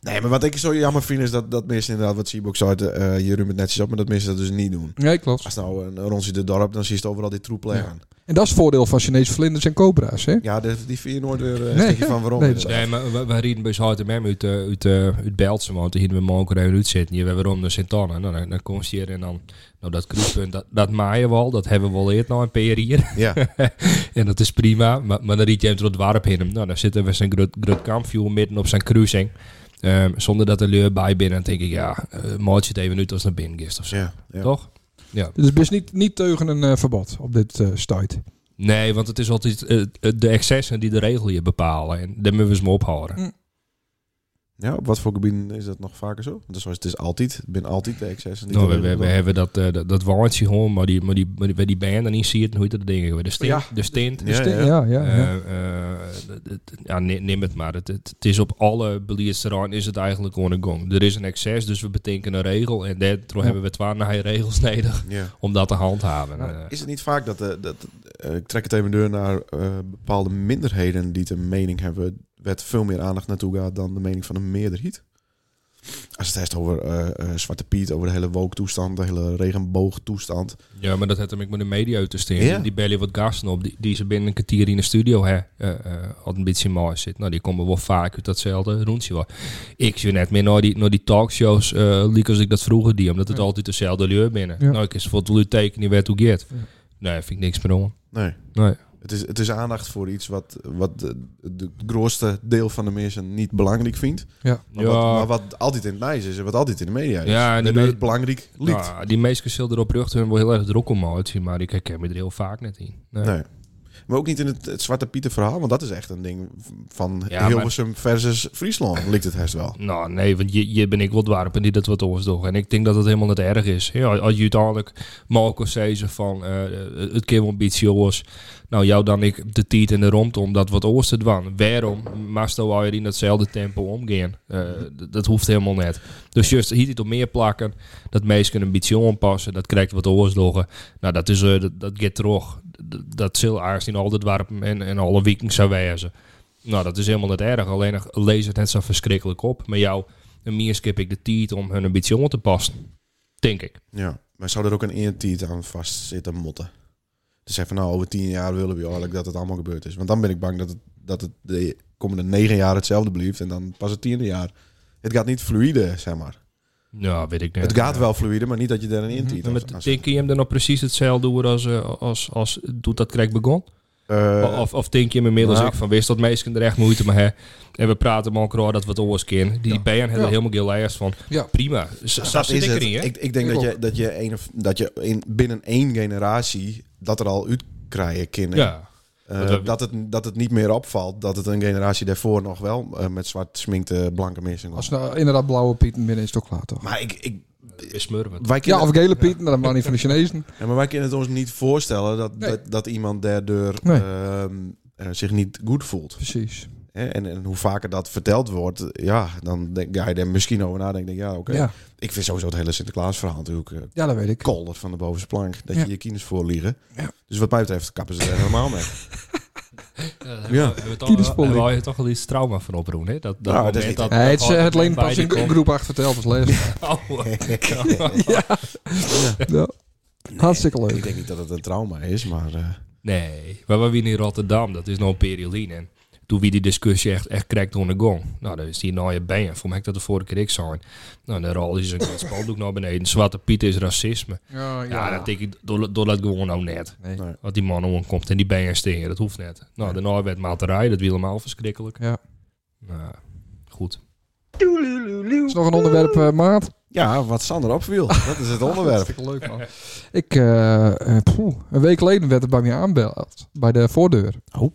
Nee, maar wat ik zo jammer vind is dat, dat mensen inderdaad wat Seabox uit eh je rumt het netjes op, maar dat mensen dat dus niet doen. Nee, klopt. Als nou een rondje de dorp, dan zie je het overal die troep liggen. En dat is het voordeel van Chinese vlinders en cobra's, hè? Ja, dat die vier nooit weer eh, Nee, stukje ja. van waarom. Nee, inderdaad. Nee, maar we, we reden bij Zuid Mem uit, eh, uit, eh, uit Beltsen, want hier hebben we morgen even uitzitten. Hier hebben we rond de Sint-Anne. Nou, dan, dan kom je hier en dan, nou dat kruispunt, dat, dat maaien we al. Dat hebben we al eerder nou een paar hier. Ja. en dat is prima, maar, maar dan riet je hem door het dorp heen. Nou, dan zitten we zijn groot, groot kampvuur midden op zijn cruising. Ehm, zonder dat er leur bij binnen. Dan denk ik, ja, eh maalt je het even uit als het naar binnen is of zo. Ja, ja. Toch? Dus best niet, niet tegen een eh, verbod op dit eh stuit. Nee, want het is altijd eh, de excessen die de regel hier bepalen. En daar moeten we eens mee ophouden. Ja, op wat voor gebieden is dat nog vaker zo? Want zoals het is altijd, het ben altijd de excessen. die Nou, we, er we- we binnen- hebben dat, eh dat, dat waantje gewoon, maar die, maar die, maar die, bij die band en die zie je het nooit dat ding. De stint, Ja. de stint. Ja, ja, ja. ja, Dus ja. ja, Eh, eh, het- het- ja, ne- neem het maar. Het, het, het is op alle beleidsterreinen is het eigenlijk gewoon een gong. Er is een excess, dus we betekenen een regel. En daardoor Ja. hebben we twaalf naar regels nodig Ja. om dat te handhaven. Ja. Eh, Is het niet vaak dat, eh, dat eh, ik trek het even deur naar eh, bepaalde minderheden die het een mening hebben, werd veel meer aandacht naartoe gaat dan de mening van een meerderheid? Als het heeft over eh, eh, Zwarte Piet, over de hele woke-toestand, de hele regenboogtoestand. ja, maar dat had hem ik met de media uit te steken. Ja. Die bellen wat gasten op, die, die ze binnen een kwartier in de studio hè, eh, eh, had een beetje mooi zit. Nou, die komen wel vaak uit datzelfde rondje. wel. Ik zie net meer naar die, naar die talkshows, eh liek als ik dat vroeger die, omdat het Ja. altijd dezelfde leur binnen. Ja. Nou, ik is voor het leur tekenen, werd hoe get. Ja. Nee, vind ik niks meer om. Nee. Nee. Het is, het is aandacht voor iets wat, wat de, de grootste deel van de mensen niet belangrijk vindt. Maar, wat, maar wat altijd in het nice is en wat altijd in de media is. Ja, en die Waardoor me- het belangrijk liet. Ja, Nou, die meesten zullen erop ruchten hun wel heel erg druk om uitzien, maar ik herken me er heel vaak net in. Nee. Nee. Maar ook niet in het, het Zwarte Pieter verhaal, want dat is echt een ding van Ja, Hilversum versus Friesland, lijkt het herst wel. Nou, nee, want je, je ben ik wat warp en die dat wat ons En ik denk dat het helemaal niet erg is. Ja, als je uiteindelijk Marco Sezen van eh, het kind een beetje jongens, nou jou dan ik de tiet en de rompt om dat wat oors te dwan. Waarom Masto wou je in datzelfde tempo omgaan? Eh, d- dat hoeft helemaal net. Dus juist hier iets op meer plakken, dat meesten een beetje aanpassen, dat krijgt wat oors Nou, dat is eh, dat, dat get terug. D- Dat zal Aarstien altijd warpen en, en alle weekends zou wijzen. Nou, dat is helemaal niet erg. Alleen nog lees het net zo verschrikkelijk op. Maar jou, een meer skip ik de tijd om hun een beetje om te passen. Denk ik. Ja. Maar zou er ook een eertiet aan vastzitten motten? Dus zeggen van nou, over tien jaar willen we eigenlijk dat het allemaal gebeurd is. Want dan ben ik bang dat het, dat het de komende negen jaar hetzelfde blijft en dan pas het tiende jaar. Het gaat niet fluide, zeg maar. Nou, weet ik niet. het gaat wel fluide, maar niet dat je daar een eertiet Ja, aan- maar aan zit. denk je hem dan nog precies hetzelfde doen als, eh, als, als doet dat krijg begon? Eh, of, of denk je hem inmiddels nou. ik van wist dat meisje er echt moeite mee hè? En we praten maar elkaar dat wat oors kennen. Die Ja. BN hebben er Ja. helemaal geen lijst van. Ja. Prima. Z- Ja, zo dat zit is ik het. erin, hè? Ik, ik denk Ik dat ook. je, dat je, een of, dat je in, binnen één generatie dat er al uit krijgen kinderen. Ja. Eh, Want we- dat, het, dat het niet meer opvalt dat het een generatie daarvoor nog wel eh, met zwart sminkte blanke mensen was. Als nou inderdaad blauwe pieten binnen is, toch klaar, toch? Maar ik, ik, Is smurven. wij, Ja, kunnen, of gele pieten, maar dat mag niet van de Chinezen. ja, maar wij kunnen het ons niet voorstellen dat, Nee. dat, dat iemand daardoor Nee. ehm, eh, zich niet goed voelt. Precies. Hè? En, en hoe vaker dat verteld wordt, ja, dan denk, ga je er misschien over nadenken. Denk, ja, oké. Ja. Ik vind sowieso het hele Sinterklaas verhaal natuurlijk eh, ja, dat weet ik. kolder van de bovenste plank. Dat Ja. je je kines voorliegen. Ja. Dus wat mij betreft kappen ze er helemaal mee. Ja. Hebben eh, we Kieders toch, Polly. hebben we toch wel iets trauma van oproepen, hè? Dat, dat Nou, dat moment is niet- Nee, het, is, eh, het leen pas in bij die groep 8 verteld als les. Oh, Ja. Hartstikke Oh, Ik leuk. denk niet dat het een trauma is, maar... eh, Nee, maar we waren in Rotterdam, dat is nog een periodine. En toen wie die discussie echt, echt krijgt onder de gong. Nou, dat is die nieuwe band. Voor mij ik dat de vorige keer ik zijn. Nou, de rol is een groot spandoek naar beneden. Zwarte Piet is racisme. Ja, Ja, dat denk ik, door, door dat gewoon nou net. Nee. Nee. Dat die man omkomt en die band stingen, dat hoeft net. Nou, de nieuwe werd maaterij, dat wil helemaal verschrikkelijk. Ja. Nou, goed. Is nog een onderwerp, eh, Maat? Ja, wat Sander opviel. Dat is het onderwerp. Hartstikke leuk, man. Ik, eh, eh, poeh, een week geleden werd er bij mij aanbeld. Bij de voordeur. Oh.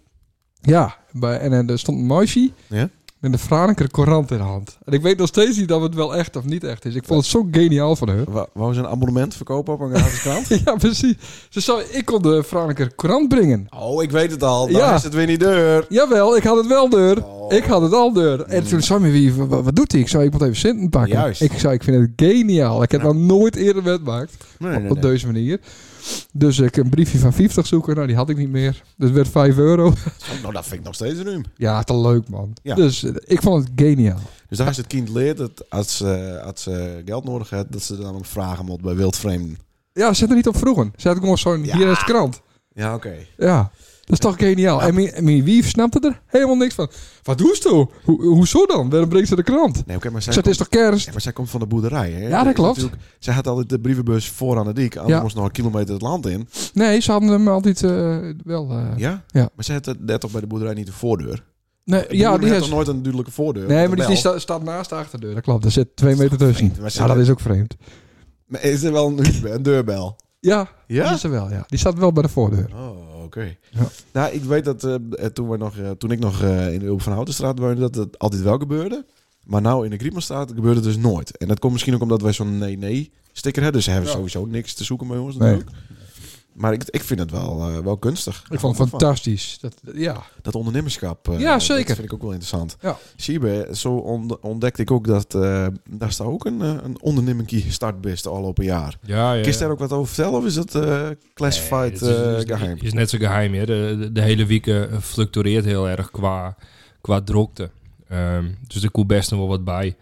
Ja, bij, en, eh, er stond een meisje Ja? met een Franeker courant in de hand. En ik weet nog steeds niet of het wel echt of niet echt is. Ik vond het zo geniaal van haar. Wa- Wou ze een abonnement verkopen op een gratis krant? ja, precies. Ze zei, ik kon de Franeker courant brengen. Oh, ik weet het al. Dan Ja. is het weer niet deur. Jawel, ik had het wel deur. Oh, Ik had het al deur. En toen zei me wie, wa- wa- wat doet hij? Ik zei, ik moet even Sinten pakken. Juist. Ik zei, ik vind het geniaal. Ik heb Ja. dat nooit eerder metmaakt. Nee, nee, Op nee. deze manier. Dus ik een briefje van 50 zoeken. Nou, die had ik niet meer. Dus het werd 5 euro. Nou, dat vind ik nog steeds ruim. Ja, te leuk, man. Ja. Dus eh, ik vond het geniaal. Dus daar is het kind leert dat als, ze- als ze geld nodig heeft, dat ze dan om vragen moet bij wildvreemden. Ja, zet er niet op vroegen. Zet ik gewoon zo'n Ja. hier is de krant. Ja, oké. Ja, dat is toch geniaal. En mijn- mijn wief snapte er helemaal niks van. Wat doe je? Hoe, hoezo dan? Waarom brengt ze de krant? Nee, oké, maar Ik zij zei, Dus het is komt, toch kerst? ja, maar zij komt van de boerderij, hè? Ja, dat Is klopt. natuurlijk- Zij had altijd de brievenbus voor aan de dik, anders Ja. moest nog een kilometer het land in. Nee, ze hadden hem altijd eh, wel... eh, Ja? Ja. Maar zij had het- net toch bij de boerderij niet een voordeur? Nee, De ja, boer die heeft is... toch nooit een duidelijke voordeur? Nee, Met maar die, een die bel? sta- staat naast de achterdeur. Dat klopt, er zit twee meter tussen. vreemd, maar ze- Ja, dat is ook vreemd. Maar is er wel een, huurbel- een deurbel? Ja, Ja? dat is er wel, ja. Die staat wel bij de voordeur. Oh, oké. Ja. Nou, ik weet dat eh, eh, toen, we nog, eh, toen ik nog eh, in de Hulp van Houtenstraat woonde, dat het altijd wel gebeurde. Maar nou in de Griepmanstraat gebeurde het dus nooit. En dat komt misschien ook omdat wij zo'n nee-nee-sticker hebben. Dus ze hebben Ja. sowieso niks te zoeken bij ons Nee. natuurlijk. Maar ik, ik vind het wel, eh, wel kunstig. Ik vond het fantastisch. Dat, ja. Dat ondernemerschap. eh, Ja, zeker. Dat vind ik ook wel interessant. Ja. Zie je, bij- zo on- ontdekte ik ook dat eh, daar staat ook een, eh, een ondernemingkie startbest al op een jaar. Ja, ja. Kun je daar ook wat over vertellen of is dat eh, classified Nee, het eh, is- is, geheim? is net zo geheim. Hè? De, de, de hele week eh, fluctueert heel erg qua, qua drokte. Ehm, dus er komt best nog wel wat bij.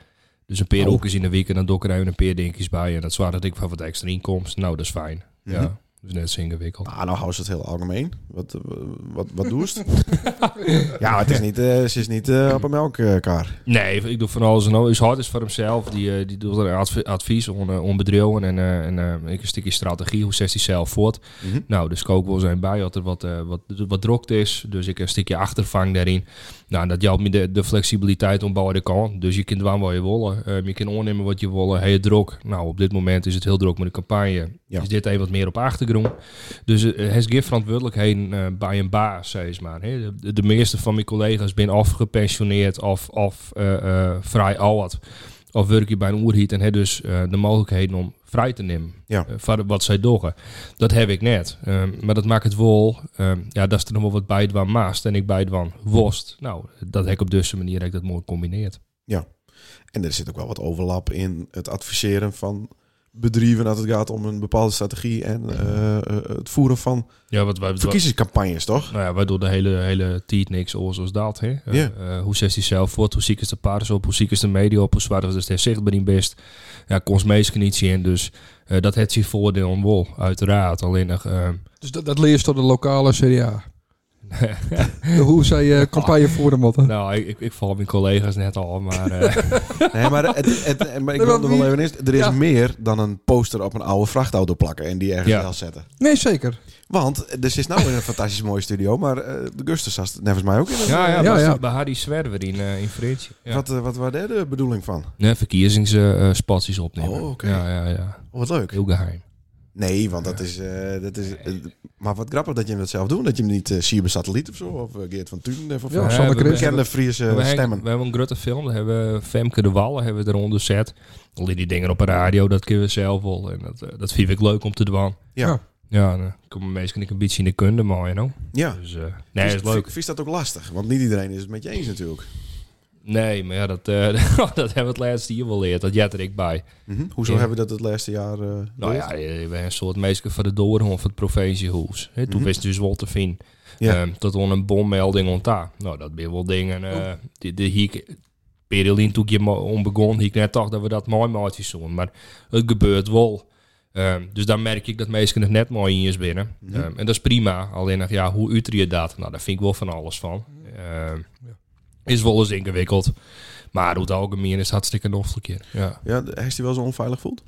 Dus een paar Oh. hoekjes in de week en dan dokken er een paar dingetjes bij. En dat zwaar dat ik van wat extra inkomst. Nou, dat is fijn. Mhm. Ja, dus net zo ingewikkeld. Ah, nou hou ze het heel algemeen. Wat, eh, wat, wat doest? ja, maar het is niet, eh, ze is niet eh, op een melkkaar. Nee, ik doe van alles en alles. Is hard is voor hemzelf. Die, eh, die doet er adv- advies on, eh, on bedrijven en, eh, en eh, ik een stukje strategie. Hoe zet hij zelf voort? Nou, dus kook wel zijn bij dat er wat, eh, wat, wat drokt is. Dus ik een stukje achtervang daarin. Nou, en dat helpt me de, de flexibiliteit om beide kanten. Dus je kunt doen wat je wil. Ehm, je kunt ondernemen wat je wil. Heel druk. Nou, op dit moment is het heel druk met de campagne. Ja. Is dit even wat meer op achtergrond. Dus eh, hij is geen verantwoordelijkheden eh, bij een baas, zeg eens maar. Hè. De, de meeste van mijn collega's zijn of gepensioneerd of, of eh, eh, vrij oud. Of werk je bij een oerhiet en heb dus eh, de mogelijkheden om vrij te nemen. Ja. Eh, van wat zij doggen. Dat heb ik net. Ehm, maar dat maakt het wel. ehm, ja, dat is er nog wel wat bij van maast en ik bij van worst. Nou, dat heb ik op deze manier heb ik dat mooi combineert. En er zit ook wel wat overlap in het adviseren van bedrijven als het gaat om een bepaalde strategie en eh, eh, het voeren van Ja, wat wij verkiezingscampagnes, toch? Nou ja, wij doen de hele, hele tijd niks oors als dat. Hè? Eh, Ja. eh, hoe zet hij zelf voort? Hoe ziek is de paars op? Hoe ziek is de media op? Hoe zwaar is de zicht bij die best? Ja, komt meestal niet in. Dus eh, dat heeft zijn voordeel en wol, uiteraard. Alleen nog... ehm, Dus dat, dat leer je door de lokale CDA. Hoe zij eh, campagne voeren moeten. nou, ik, ik, ik val mijn collega's net al, maar... eh, Nee, maar, het, het, maar ik Nee, wil maar er wel wie- even eens. Er is Ja. meer dan een poster op een oude vrachtauto plakken en die ergens Ja. wel zetten. Nee, zeker. Want eh, er zit nou in een fantastisch mooie studio, maar eh, de Gustus had het nevens mij ook in. een- ja, ja, Ja, maar ja. bij Harry Zwerver in, eh in Frits. Ja. Wat, eh, wat was daar de bedoeling van? Nee, verkiezingsspaties opnemen. Oh, oké. Ja, ja, ja. Oh, wat leuk. Heel geheim. Nee, want dat is. eh, dat is eh, maar wat grappig dat je hem dat zelf doet. Dat je hem niet eh zie je bij satelliet of zo. Of eh, Geert van Tunen of Ja, of- we- Sander we- Christ. bekende Friese we, hebben, stemmen. we hebben een grote film, daar hebben we Femke de Wallen hebben we eronder zet. Al die dingen op de radio, dat kunnen we zelf wel. En dat, eh, dat vind ik leuk om te doen. Ja. Ja. Ja, dan komen meestal een beetje in de kunde, maar you know. Ja. Dus, eh, nee, dat is leuk. Vies dat ook lastig, want niet iedereen is het met je eens natuurlijk. Nee, maar ja, dat, eh, dat hebben we het laatste jaar wel geleerd. Dat jet er ik bij. Mhm. Hoezo Ja. hebben we dat het laatste jaar? eh, Nou door? ja, eh, we hebben een soort meisje van de doorhoorn van het provinciehuis. Hè, Toen Mhm. wist dus wel te vinden. Ja. Ehm, dat on een bommelding ontdaan. Nou, dat ben wel dingen. Oh. eh die, die hiek, Perelin toen ik je onbegon, hiek net dacht dat we dat mooi maatjes doen. Maar het gebeurt wel. Ehm, dus daar merk ik dat mensen het net mooi in is binnen. Mhm. Ehm, en dat is prima. Alleen nog, ja, hoe uiter je dat? Nou, daar vind ik wel van alles van. Mhm. Ehm, Ja. Is wel eens ingewikkeld. Maar over het algemeen is het hartstikke noffelijk hier. Ja. ja, de- heeft hij wel zo onveilig voelt?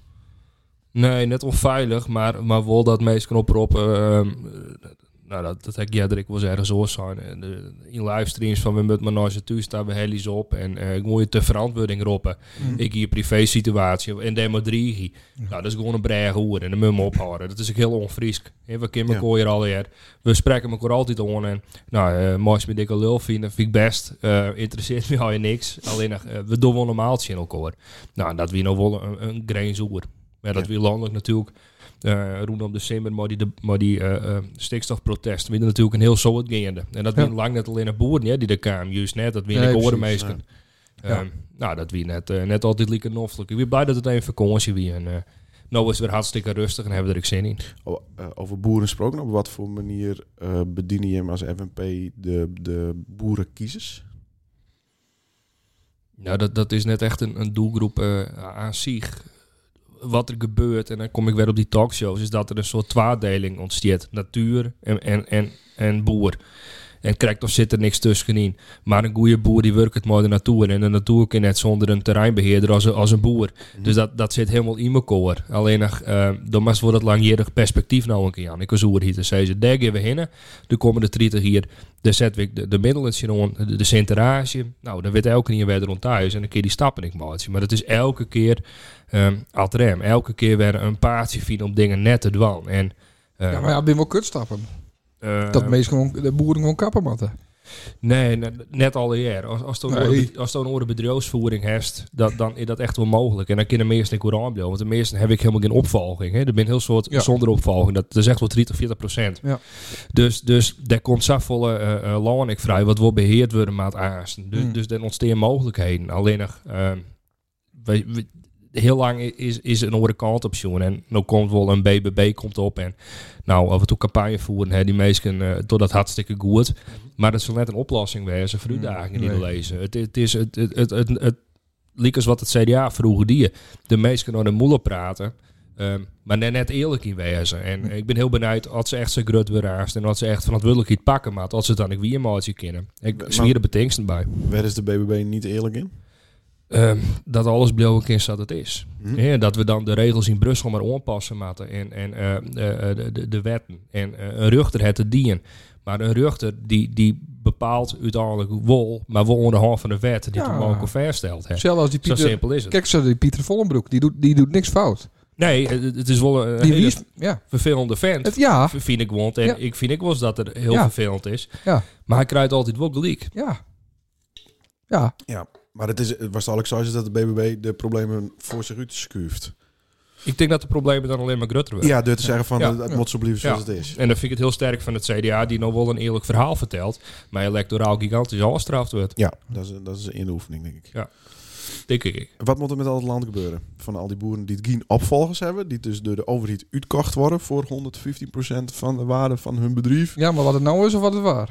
Nee, net onveilig, maar, maar wel dat meest knopper op. eh, ehm, eh, nou, dat, dat heb ik ja, dat ik wel eens ergens hoor zijn. Eh, de- In livestreams van we met mijn noise toe staan we heli's op en eh, ik moet je ter verantwoording roepen. Mm. Ik hier privé situatie en demo 3. Nou, dat is gewoon een brege hoer en dan moet je me ophouden. Dat is ook heel onfriesk. Hè, We kennen Ja. elkaar hier alweer. We spreken elkaar altijd on en nou, eh moois met dikke lul vinden vind ik best. Eh, interesseert me al je niks. Alleen nog, eh, we doen wel normaal in elkaar. Nou, dat we nou wel een, een grens hoer. Maar dat Ja. wil landelijk natuurlijk. eh rondom december, maar die, de, maar die eh, eh, stikstofprotest. We natuurlijk een heel soort gaande. En dat Ja. winnen lang net alleen de boeren hè, die er kwamen. Juist net, dat winnen Nee, ik hoorde precies, meesten. ja. Ehm, nou, dat wie net, eh, net altijd lekker noffelijk. Ik ben blij dat het even vakantie wie. En eh nou is het weer hartstikke rustig en hebben we er ook zin in. O- eh, over boeren gesproken, op wat voor manier eh bedien je hem als FNP de, de boerenkiezers? Nou, dat, dat is net echt een, een doelgroep eh, aan zich. Wat er gebeurt, en dan kom ik weer op die talkshows, is dat er een soort twaardeling ontstaat. Natuur en, en, en, en boer. En krijgt of zit er niks tussenin. Maar een goede boer die werkt het mooi de natuur. En de natuur kan net zonder een terreinbeheerder als een, als een boer. Dus dat, dat zit helemaal in elkaar. Alleen nog, eh dan moet voor dat langjarig perspectief nou een keer aan. Ik was hier te zeggen, daar gaan we heen. De komende 30 jaar, daar zetten we de, de middelen in om, de, de centrage. Nou, dan werd elke keer weer rond thuis en een keer die stappen ik maatje. Maar dat is elke keer ehm ad rem. Elke keer weer een paardje vinden om dingen net te dwan. En, eh, Ja, maar ja, ben wel kutstappen. eh, dat meest gewoon, de boeren gewoon kappen matten. Nee, ne- net al eerder. Als, als je een Nee. orde- als je een orde bedrijfsvoering hebt, dat, dan is dat echt wel mogelijk. En dan kunnen meesten niet aan blijven. Want de meesten heb ik helemaal geen opvolging. Hè. Er ben heel soort Ja. zonder opvolging. Dat, dat is echt wel 30, 40 procent. Ja. Dus, dus daar komt zoveel eh eh, land ik vrij, wat wel beheerd worden maat aansten. Dus, Hmm. dus dan ontstaan mogelijkheden. Alleen nog, ehm, we- we- heel lang is, is een andere kant op zoen. En dan komt wel een BBB komt op. En nou, af en toe campagne voeren, hè, die meesten eh doet dat hartstikke goed. Maar dat zal net een oplossing zijn voor Hmm, uitdagingen die nee. we lezen. Het, het is het, het, het, het, het liek als wat het CDA vroeger die. De meesten naar de moeder praten. ehm, maar net, net eerlijk in wezen. En ik ben heel benieuwd als ze echt zo grut weer raast en als ze echt verantwoordelijkheid pakken, maar als ze het dan ik weer maatje kennen. Ik Maar- zwier er betingsten bij. Waar is de BBB niet eerlijk in? Ehm, dat alles blauwe is dat het is. Mhm. Hm? Ja, dat we dan de regels in Brussel maar aanpassen moeten en, en eh, eh, eh, de- de, de wetten. En eh, een ruchter het te dien. Maar een ruchter die, die bepaalt uiteindelijk wol, maar wol onder de hand van de wet die Ja. de Marco verstelt. Hè. Zelfs als die Zo Pieter... simpel is het. Kijk, zo die Pieter Vollenbroek, die doet, die doet niks fout. Nee, eh, het is wel een Die hele wies... Ja. vervelende vent. Het, ja, Vind ik want. En Ja. ik vind ik wel eens dat het heel Ja. vervelend is. Ja. Maar hij krijgt altijd wel gelijk. ja. Ja, Maar het is het waarschijnlijk zo is dat de BBB de problemen voor zich uit schuift. Ik denk dat de problemen dan alleen maar groter worden. Ja, door te zeggen van Ja. dat het moet zo blijven zoals Ja. het is. En dan vind ik het heel sterk van het CDA, die nog wel een eerlijk verhaal vertelt, maar electoraal gigantisch afstraft wordt. Ja, dat is, dat is in de oefening, denk ik. Denk ik. Wat moet er met al het land gebeuren? Van al die boeren die geen opvolgers hebben, die dus door de overheid uitkocht worden voor 115% van de waarde van hun bedrijf. ja, maar wat het nou is of wat het waar.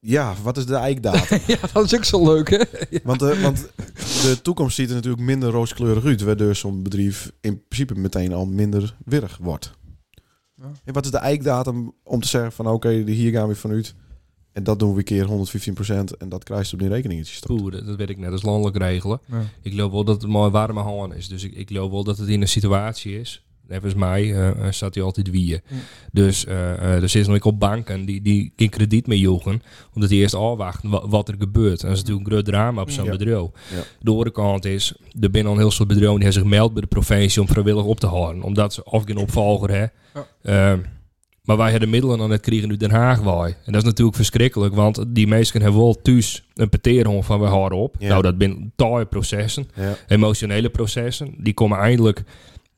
Ja, wat is de eikdatum? Ja, dat is ook zo leuk, hè? want, eh, want de toekomst ziet er natuurlijk minder rooskleurig uit, waardoor zo'n bedrijf in principe meteen al minder wirrig wordt. Ja. En wat is de eikdatum om te zeggen van oké, hier gaan we vanuit en dat doen we keer 115% en dat krijg je op die rekening. Oeh, dat, dat weet ik net. Dat is landelijk regelen. Ja. Ik geloof wel dat het mooi warme hand is. Dus ik, ik geloof wel dat het in een situatie is. Volgens mij eh, eh, staat hij altijd wieën. Hm. Dus eh, eh, er zitten nog op banken die, die geen krediet meer joegen. Omdat die eerst afwachten wa- wat er gebeurt. En dat is natuurlijk een groot drama op zo'n Mm. Ja. bedrijf. Ja. De andere kant is, er zijn al een heel soort bedrijven die hebben zich meldt bij de provincie om vrijwillig op te houden. Omdat ze of geen opvolger hè. Ehm, maar wij hebben de middelen aan het krijgen nu Den Haag waai. En dat is natuurlijk verschrikkelijk, want die mensen hebben wel thuis een peteerhond van we houden op. Ja. Nou, dat zijn taaie processen, Ja. emotionele processen. Die komen eindelijk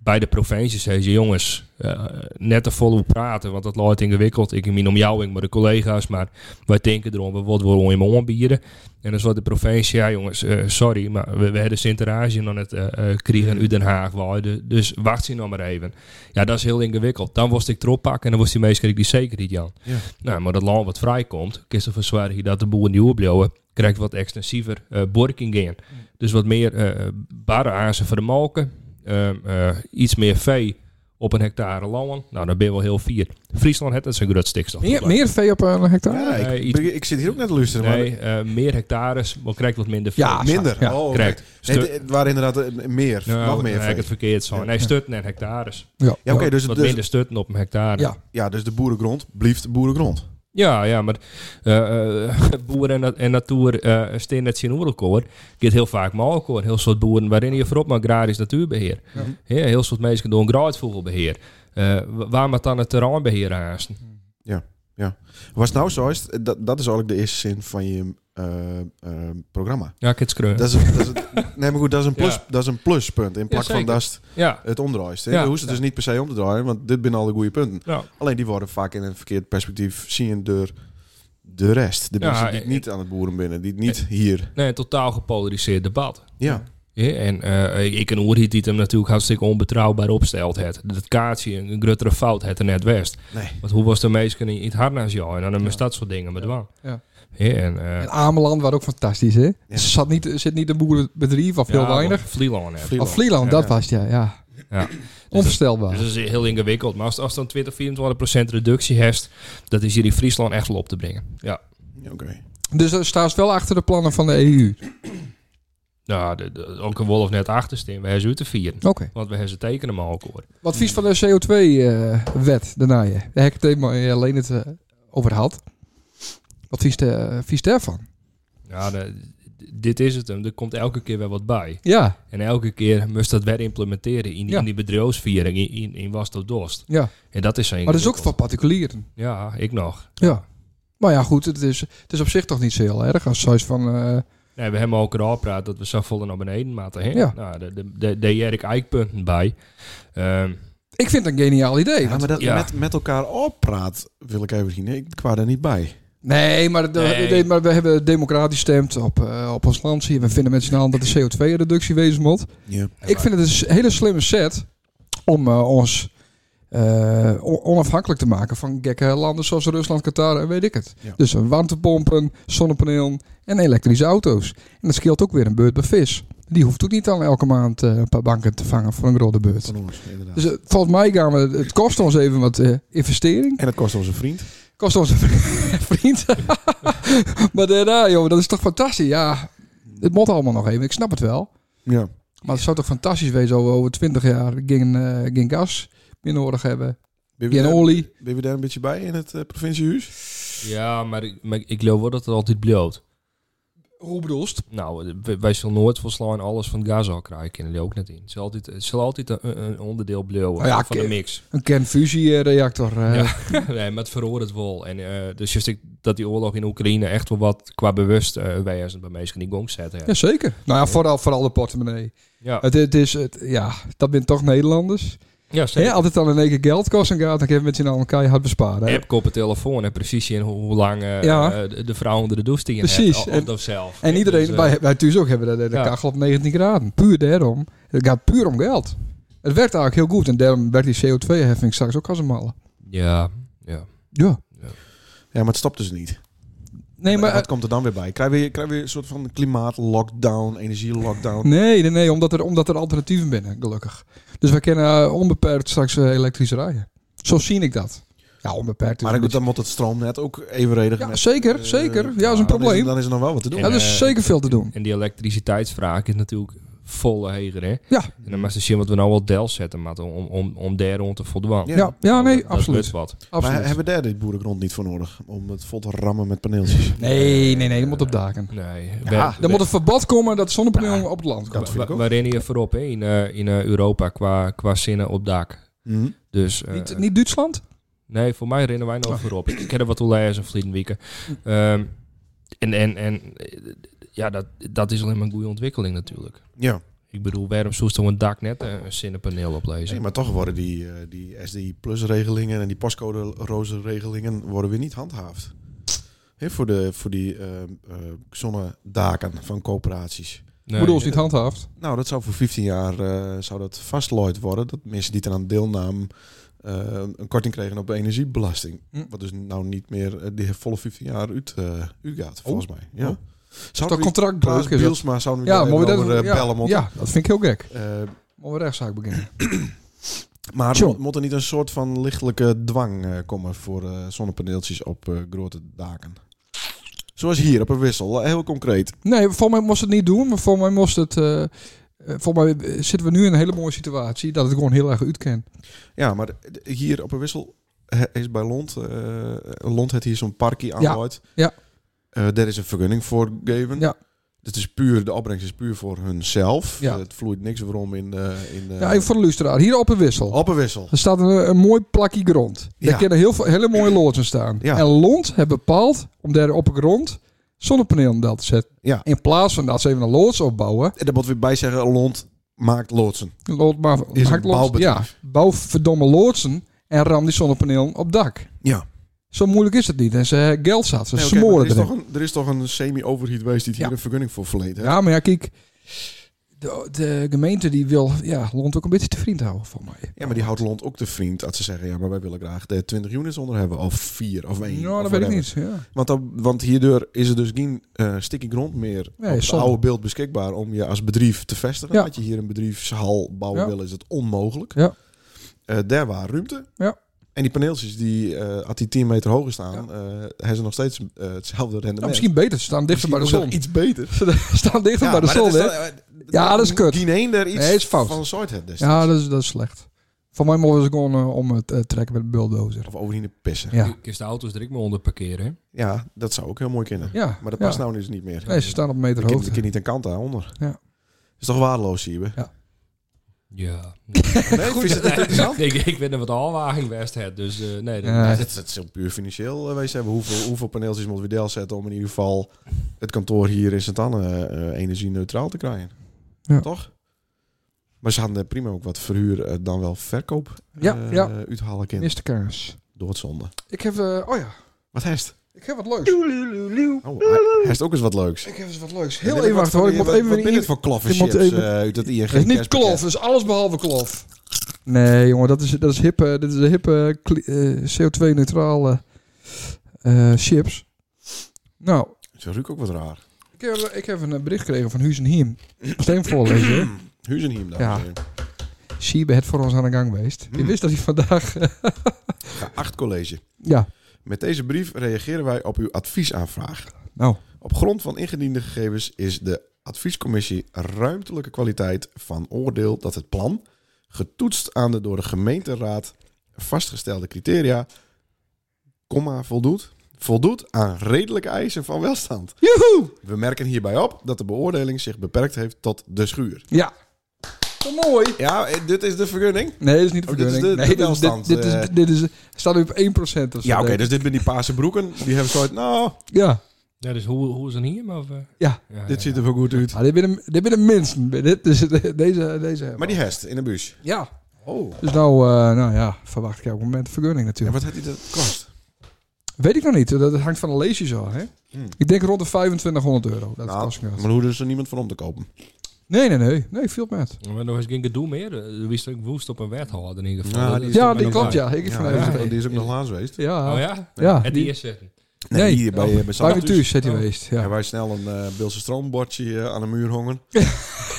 bij de provincies zeggen, jongens, eh, net te vol praten, want dat loopt ingewikkeld. Ik min om jou, ik maar de collega's, maar wij denken erom, we worden wel in mijn ombieden. En dan zat de provincie, ja jongens, eh, sorry, maar we, we hadden Sint-Erage aan het eh eh, krijgen in Den Haag. waai. De- Dus wacht je nog maar even. Ja, dat is heel ingewikkeld. Dan was ik erop pakken en dan was die meestal die zeker niet, Jan. Ja. Nou, maar dat land wat vrijkomt, kist ervan zwaar hier dat de boeren die opblijven, krijgt wat extensiever eh borking in. Dus wat meer eh barre aanzen voor de malken, ehm, eh, iets meer vee op een hectare land. Nou, dan ben je wel heel fier. Friesland heeft dat zijn groot stikstof. Meer, meer vee op een hectare? Ja, Nee, ik, iets- ik zit hier ook net te luisteren, maar Nee, eh, meer hectares, maar krijgt wat minder vee. Ja, minder. Ja. Oh, oké. Krijgt. Nee, Stu- de- het waren inderdaad eh, meer, nou, nog meer. dan heb ik vee. het verkeerd zo. Ja. Nee, stutten en hectares. Ja, Ja, oké, dus, wat dus, minder stutten op een hectare. Ja. ja, dus de boerengrond blieft de boerengrond. Ja, ja, maar eh, eh, boeren en, nat- en natuur eh staan net zien oorlogkoor. Gaat heel vaak malkoor. Heel soort boeren waarin je voorop maar agrarisch natuurbeheer. Ja. Ja, heel soort mensen doen graadvogelbeheer. Eh, wa- waar moet dan het terreinbeheer aan? Ja. Was nou zo is, dat, dat is eigenlijk de eerste zin van je eh, eh, programma. Ja, ik het screuwen. Dat is, een- dat is een- nee, maar goed, dat is een, plus, Ja. dat is een pluspunt. In plaats van zeker. dat is Ja, het omdraait. hè. Ja. Je hoeft het dus niet per se om te draaien, want dit zijn al de goede punten. ja. Alleen die worden vaak in een verkeerd perspectief zien door de rest. De Ja, mensen die eh, niet aan het boeren binnen, die niet hier. Nee, een totaal gepolariseerd debat. Ja, Ja, en eh, ik en Oerhiet die het hem natuurlijk hartstikke onbetrouwbaar opstelt. Het. Dat kaartje, een grotere fout, het er net west. nee. Want hoe was de meesten in het hart naast jou? En dan hebben we dat soort dingen met dwang. Ja. Ja, en, eh, En Ameland was ook fantastisch, hè? Ja. Er zat niet, er zit niet een boerenbedrijf, of heel ja, weinig. Vlieland net. Vlieland. Of Vlieland, Ja. dat was het, ja. ja. Ja. Onvoorstelbaar. Dus dat is heel ingewikkeld. Maar als, als dan 20, 24 reductie hebt, dat is hier in Friesland echt wel op te brengen. Ja, Oké. Dus er staat wel achter de plannen van de E EU. nou, de, de- ook een wolf net achterstin. We hebben ze uit te vieren. Oké. Want we hebben ze tekenen maar ook hoor. Wat vies van de CO2-wet eh, daarna je? Daar heb ik het even eh, alleen het eh, over had. Wat vies, de, eh, vies daarvan? Ja, de- dit is het hem. Er komt elke keer weer wat bij. Ja, En elke keer moest dat weer implementeren in, die- Ja. in die bedrijfsviering, in, in, in was tot dost. ja. En dat is zijn. Maar dat is ook voor particulieren. Ja, ik nog. Ja. Maar ja, goed, het is, het is op zich toch niet zo heel erg. Als zoiets van, eh, Nee, we hebben ook al praat dat we zo vol naar beneden maten. hè? Ja. Nou, de, de, de, de Erik Eikpunten bij. Ehm, ik vind het een geniaal idee. Ja, want- maar dat ja. met, met elkaar oppraat wil ik even zien. Ik kwam er niet bij. nee, maar, de- Nee. nee, maar we hebben democratisch gestemd op, eh, op ons land. Zie je, We vinden met z'n allen dat de CO2-reductie wezen moet. Ja. Ik vind het een s- hele slimme set om eh, ons eh, on- onafhankelijk te maken van gekke landen zoals Rusland, Qatar en weet ik het. Ja. Dus warmtepompen, zonnepanelen en elektrische auto's. En dat scheelt ook weer een beurt bij vis. Die hoeft ook niet al elke maand eh, een paar banken te vangen voor een grote beurt. Van ons, inderdaad. Dus eh, volgens mij gaan we, het kost ons even wat eh, investering. en dat kost onze vriend. Kost ons een vriend. maar daarna, joh, dat is toch fantastisch. Ja, het moet allemaal nog even. Ik snap het wel. Ja. Maar het zou toch fantastisch zijn zo over 20 jaar geen, eh, geen gas meer nodig hebben. Ben Geen olie. Ben je daar een beetje bij in het eh, provinciehuis? ja, maar, ik- maar ik geloof wel dat het altijd bloot. Hoe bedoelst? Nou, wij- wij zullen nooit volslaan alles van gas al krijgen. Kennen die ook net in. Het zal altijd, het zal altijd een, een onderdeel bleuwen Nou ja, van de oké. mix. Een kernfusiereactor. eh, Ja. nee, maar het verhoort het wel. En eh, dus just ik, dat die oorlog in Oekraïne echt wel wat qua bewust eh wij als bij meesten in gong zetten. Ja. Jazeker. Nou ja, vooral, vooral de portemonnee. Ja. Het, het is, het, ja, dat zijn toch Nederlanders. ja, Hè, zeker. altijd dan in één keer geld kosten gaat, dan kun je met z'n allen keihard besparen. hè. App op het telefoon en precies in hoe, hoe lang eh, Ja. eh, de, de vrouw onder de douche die je Precies. hebt. En- En, of zelf. En iedereen, Dus, eh, wij, wij thuis ook hebben de, de ja. kachel op 19 graden. Puur daarom. Het gaat puur om geld. Het werkt eigenlijk heel goed en daarom werkt die CO2-heffing straks ook als een malle. ja, ja. Ja. Ja, maar het stopt dus niet. Nee, maar... eh, Wat komt er dan weer bij? Krijg je, krijg je een soort van klimaat-lockdown, energie-lockdown? eh, Nee, nee, nee, omdat er, omdat er alternatieven binnen, gelukkig. Dus we kunnen eh, onbeperkt straks eh, elektrisch rijden. Zo zie ik dat. Ja, onbeperkt. is Maar een goed, beetje- dan moet het stroomnet ook evenredig. Ja, met, zeker, eh, zeker. Ja, is dan een probleem. dan is er nog wel wat te doen. dan- ja, er is eh, zeker veel te doen. En die elektriciteitsvraag is natuurlijk volle heger, hè? Ja. En dan moet je zien wat we nou wel del zetten, maar om, om, om daar rond te voldoen. Ja. Ja, ja, nee, Dat- dat absoluut. wordt wat. maar absoluut. hebben daar dit boerengrond niet voor nodig? Om het vol te rammen met paneeltjes? Nee, nee, nee, dat moet op daken. Eh, Nee. Ja, Er moet een verbod komen dat zonnepanelen op het land Dat komen. vind ik ook. waarin je voorop hè, in, eh, in eh, Europa qua, qua zinnen op dak. Mhm. Dus, eh, Niet, niet Duitsland? Nee, voor mij rennen wij nog Oh. voorop. Ik ken er wat hoe lezen verleden weken. Ehm, en en, en eh, ja, dat, dat is alleen maar een goede ontwikkeling natuurlijk. Ja, Ik bedoel, waarom zoest dan een dak net eh, een zinnenpaneel oplezen? nee, maar toch worden die, eh, die SD-plus-regelingen en die pascode-roze-regelingen worden weer niet handhaafd. Hè, voor, de, voor die eh, eh, zonnedaken van coöperaties. Nee. Bedoel, is niet handhaafd. Nou, dat zou voor 15 jaar eh, zou dat vastlooid worden. Dat mensen die eraan deelnamen eh, een korting kregen op de energiebelasting. Hm. Wat dus nou niet meer eh, de volle 15 jaar uit, eh, uit gaat, volgens mij. Ja. Oh. Zou Dat contractbreuk Klaas is dat. Bielsma zouden we Ja, ja, maar we over dat, eh, ja, Bellemont. ja, dat vind ik heel gek. Eh, Moeten we rechtszaak beginnen. maar John. moet er niet een soort van lichtelijke dwang eh, komen voor eh, zonnepaneeltjes op eh, grote daken? Zoals hier op een wissel, eh, heel concreet. Nee, voor mij moest het niet doen, maar voor mij moest het... eh, eh, voor mij eh, zitten we nu in een hele mooie situatie dat het gewoon heel erg uitkent. Ja, maar d- hier op een wissel eh, is bij Lond. eh Lond heeft hier zo'n parkje aan Ja, ja. Eh, daar is een vergunning voor gegeven. Ja. Het is puur, de opbrengst is puur voor hunzelf. Eh, Ja. Het vloeit niks waarom in, eh in eh, Ja, even voor de luisteraar. Hier op een wissel. op een wissel. Er staat een, een mooi plakje grond. Daar Ja. kunnen heel veel, hele mooie loodsen staan. Ja. En Lond heeft bepaald om daar op de grond zonnepanelen dat te zetten. Ja. In plaats van dat ze even een loods opbouwen. En daar moet weer bij zeggen, Lond maakt loodsen. Lood maar, Is een maakt loods- ja, bouwbedrijf. bouw verdomme loodsen en ram die zonnepanelen op dak. Ja. Zo moeilijk is het niet. En ze eh, geld zat. Ze Nee, oké, maar smoren er, is erin. toch een, er is toch een semi-overheat geweest die het Ja. hier een vergunning voor verleent. hè? Ja, maar ja, kijk. De, de gemeente die wil ja, Lond ook een beetje te vriend houden van mij. Ja, maar die houdt Lond ook te vriend dat ze zeggen, ja, maar wij willen graag de 20 units onder hebben. Of 4 of 1. Nou, dat weet ik niet. Ja. Want, dan, want hierdoor is er dus geen eh sticky grond meer Nee, op het zonde. oude beeld beschikbaar om je als bedrijf te vestigen. Ja. Dat je hier een bedrijfshal bouwen Ja. wil, is het onmogelijk. Ja. Eh, daar waar ruimte. Ja. En die paneeltjes die eh als die 10 meter hoger staan, eh, hebben ze nog steeds eh, hetzelfde rendement. Nou, misschien beter. Ze staan dichter bij de Misschien zon. Iets beter. Ze staan dichter bij de maar zon, dat hè? is dan- eh, Ja, dat is kut. Die een daar iets Nee, is fout. van soort het destijds. Ja, dat is, dat is slecht. Voor mij mogen ze gewoon eh, om het eh, trekken met de bulldozer. Of overheen de pissen. Ja, Ik de auto's er ik maar onder parkeren. hè? Ja, dat zou ook heel mooi kunnen. ja. Maar dat ja. past nou dus niet meer. Nee, ze staan op een meter Ik hoogte. kan niet een kant daaronder. Ja. Is toch waardeloos, zie je? Ja. Nee, vind je het niet interessant? ik, ik ben er wat alwaging best het, dus eh, nee. dat- Ja. Ja, dat, dat is heel puur financieel eh, wezen hebben. Hoeveel, hoeveel paneeltjes moet Widel zetten om in ieder geval het kantoor hier in sint Anne eh, eh, energie neutraal te krijgen? Ja. Toch? Maar ze hadden prima ook wat verhuur eh, dan wel verkoop Ja, eh, ja. uithalen kunnen. Eerste kaars. Door het zonde. Ik heb, eh, oh ja, Wat hest? ik heb wat leuks. Oh, hij- hest ook eens wat leuks. Ik heb eens wat leuks. Dit Heel is even wat wachten van hoor. Ik die- moet wat- even Wat weer binnen het in- voor Ik moet klofferships even- eh, uit dat ING Het is niet kerstpakket? klof, het is alles behalve klof. Nee, jongen, dat is, dat is hippe, dit is de hippe kli- eh, CO2-neutrale eh, chips. Nou, Ze ruikt ook wat raar. ik heb, ik heb een bericht gekregen van Huus en Hiem. Steen voorlezen. Huus en hiem, Ja. dames en heren. Siebe het voor ons aan de gang geweest. Je Hmm. wist dat hij vandaag... eh, Geacht college. ja, Met deze brief reageren wij op uw adviesaanvraag. nou. Op grond van ingediende gegevens is de adviescommissie ruimtelijke kwaliteit van oordeel dat het plan, getoetst aan de door de gemeenteraad vastgestelde criteria, comma, voldoet, voldoet aan redelijke eisen van welstand. Joehoe! We merken hierbij op dat de beoordeling zich beperkt heeft tot de schuur. Ja. Zo mooi. Ja, eh, dit is de vergunning. Nee, dat is niet de Oh, dit is vergunning. de- nee, de dit is, dit, welstand, dit is, eh. dit is, staat nu op 1% of zo. Ja, oké, denk ik. dus dit zijn die paarse broeken. Die hebben zoiets, nou, Ja. Ja, dus hoe, hoe is het hier? Of, eh? Ja. dit ja. ziet er wel goed uit. Ah, dit binnen, dit binnen minsten. Dit is, deze, deze. Maar die hest in de bus. Ja. Oh. Dus nou, eh, nou ja, verwacht ik op het moment de vergunning En natuurlijk. wat had die dat kost? Weet ik nog niet. Dat hangt van de leesjes al, hè. Hmm. Ik denk rond de 2500 euro. Dat Nou, kost me dat. maar hoe is er niemand van om te kopen? Nee, nee, nee. Nee, veel met. Maar nog eens geen gedoe meer. Eh, Er wist ook woest op een wethouder in ieder geval. Ja, Dat die is Ja, ook die nog klopt, waar. ja. Ik heb Ja, van die, is even- ook, die is ook nog laatst geweest. Ja. Oh ja? Ja, Het die- eerste. zeggen. Nee, Nee. oh, hier bij, bij Bij Sandertus. Ventuus zit hij Oh. geweest, ja. En wij snel een eh Beelse stroombordje eh, aan de muur hongen.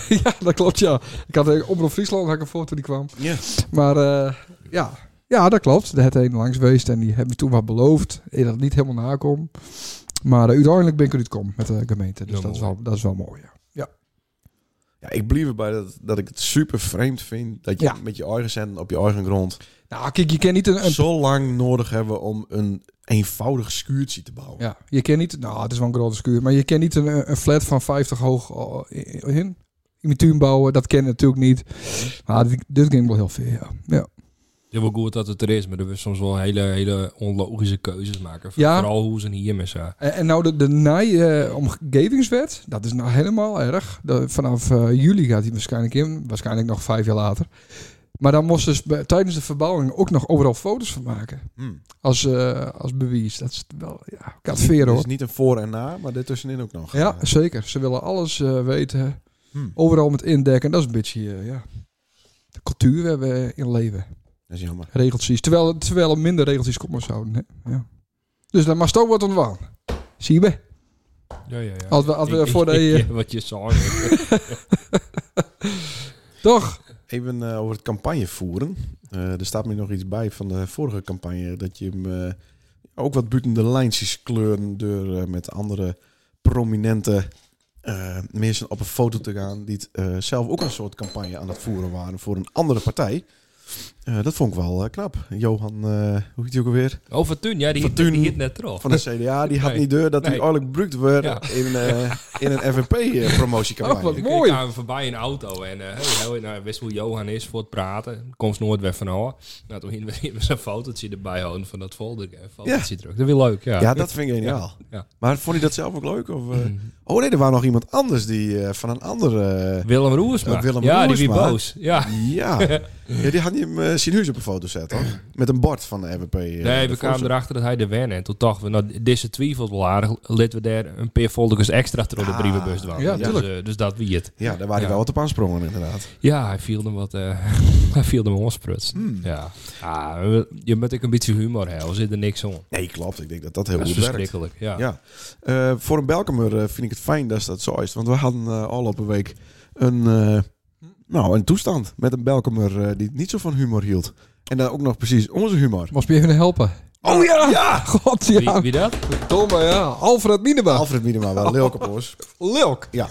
Ja, dat klopt, ja. Ik had eh, Omroep Friesland, had ik een foto die kwam. Ja. Maar eh, ja. ja, dat klopt. Daar had een langs geweest en die hebben toen wat beloofd. Ik dat het niet helemaal nakom. Maar eh, uiteindelijk ben ik eruit kom met de gemeente. Dus Ja, dat, is mooi. wel, dat is wel mooi, ja. ja, ik blijf erbij dat, dat ik het super vreemd vind dat je Ja. met je eigen zenden op je eigen grond Nou, kijk, je kan niet een... een- zo lang nodig hebben om een eenvoudig schuurtje te bouwen. ja, je kan niet... Nou, het is wel een grote skuur. Maar je kan niet een, een flat van 50 hoog eh, in, in je tuin bouwen. Dat ken je natuurlijk niet. Maar dit, dit ging wel heel veel, ja. Ja, Het is wel goed dat het er is, maar dat we soms wel hele, hele onlogische keuzes maken. Ja. Vooral hoe ze hier met zijn. En, en nou de, de NAI eh, omgevingswet, dat is nou helemaal erg. De- vanaf eh, juli gaat die waarschijnlijk in, waarschijnlijk nog vijf jaar later. Maar dan moesten ze bij- tijdens de verbouwing ook nog overal foto's van maken. Hm. Als, eh, als bewijs. Dat is wel, ja, Het is niet- katveer het hoor. is niet een voor en na, maar daartussenin ook nog. Ja, Eh, zeker. Ze willen alles eh, weten. hm. Overal met indekken. Dat is een beetje, eh, ja, de cultuur waar we in leven. Dat is jammer. Regeltjes. Terwijl, terwijl er minder regeltjes komen zouden. Hè? Ja. Dus daar mag ook wat ontwaan. Zie je? Ja, ja, ja. Als we, als we voor de... eh, Ja, wat je zei. toch? Even eh, over het campagne voeren. Eh, er staat me nog iets bij van de vorige campagne. Dat je hem eh, ook wat buiten de lijntjes kleuren door eh, met andere prominente eh, mensen op een foto te gaan. Die het, eh, zelf ook een soort campagne aan het voeren waren voor een andere partij. Eh, dat vond ik wel eh, knap. Johan, eh, hoe heet hij ook alweer? Oh, Fortuyn, ja, die Fortuyn hit net erop. Van de CDA, die had Oh. Nee. niet deur dat hij Nee. eigenlijk brukt werd Ja. in, eh, in een FNP-promotiecampagne. Oh, wat Ik mooi. Mooi. kwamen voorbij in een auto en eh hey, hey, nou, wist hoe Johan is voor het praten. Komst nooit weg van haar. Nou, toen hingen we- hingen we zijn fotootje erbij houden van dat folder. eh, Fotootje terug. Dat is weer leuk, ja. ja, dat vind ik geniaal. Ja. Mm. Maar vond je dat zelf ook leuk? Of, eh? Oh nee, er was nog iemand anders die eh, van een andere... Willem Roersma. Ja, Willem ja, die Roersma. weer boos. Ja. Ja. ja, die had hij hem eh, zien huis op een foto zetten, hoor. Met een bord van de FNP. eh, Nee, we ervoor kwamen zo. erachter dat hij er wennen. En toen dachten we, nou, deze twijfels wel aardig. Lid we daar een paar folders extra door de Ah, brievenbus dwalen. ja, dus, tuurlijk. eh, dus dat wie het. Ja, daar waren Ja. hij wel wat op aansprongen, inderdaad. Ja, hij viel hem wat... eh, hij viel hem onspruts. Mm. Mm. Hmm. Ja. Ah, we- je moet ook een beetje humor hebben. Er zit er niks om. Nee, klopt. Ik denk dat dat heel Dat is goed werkt. verschrikkelijk. Ja. Ja. Eh, voor een Belkemer eh, vind ik het fijn dat dat zo is. Want we hadden eh, al op een week een, eh, nou, een toestand met een Belkemer eh, die niet zo van humor hield. En dan ook nog precies onze humor. Moest me even helpen. Oh ja! ja! God, Wie, ja. wie dat? Domme, ja. Alfred Minema. Alfred Miedema wel, Leo Kapoos. Lilk. Ja.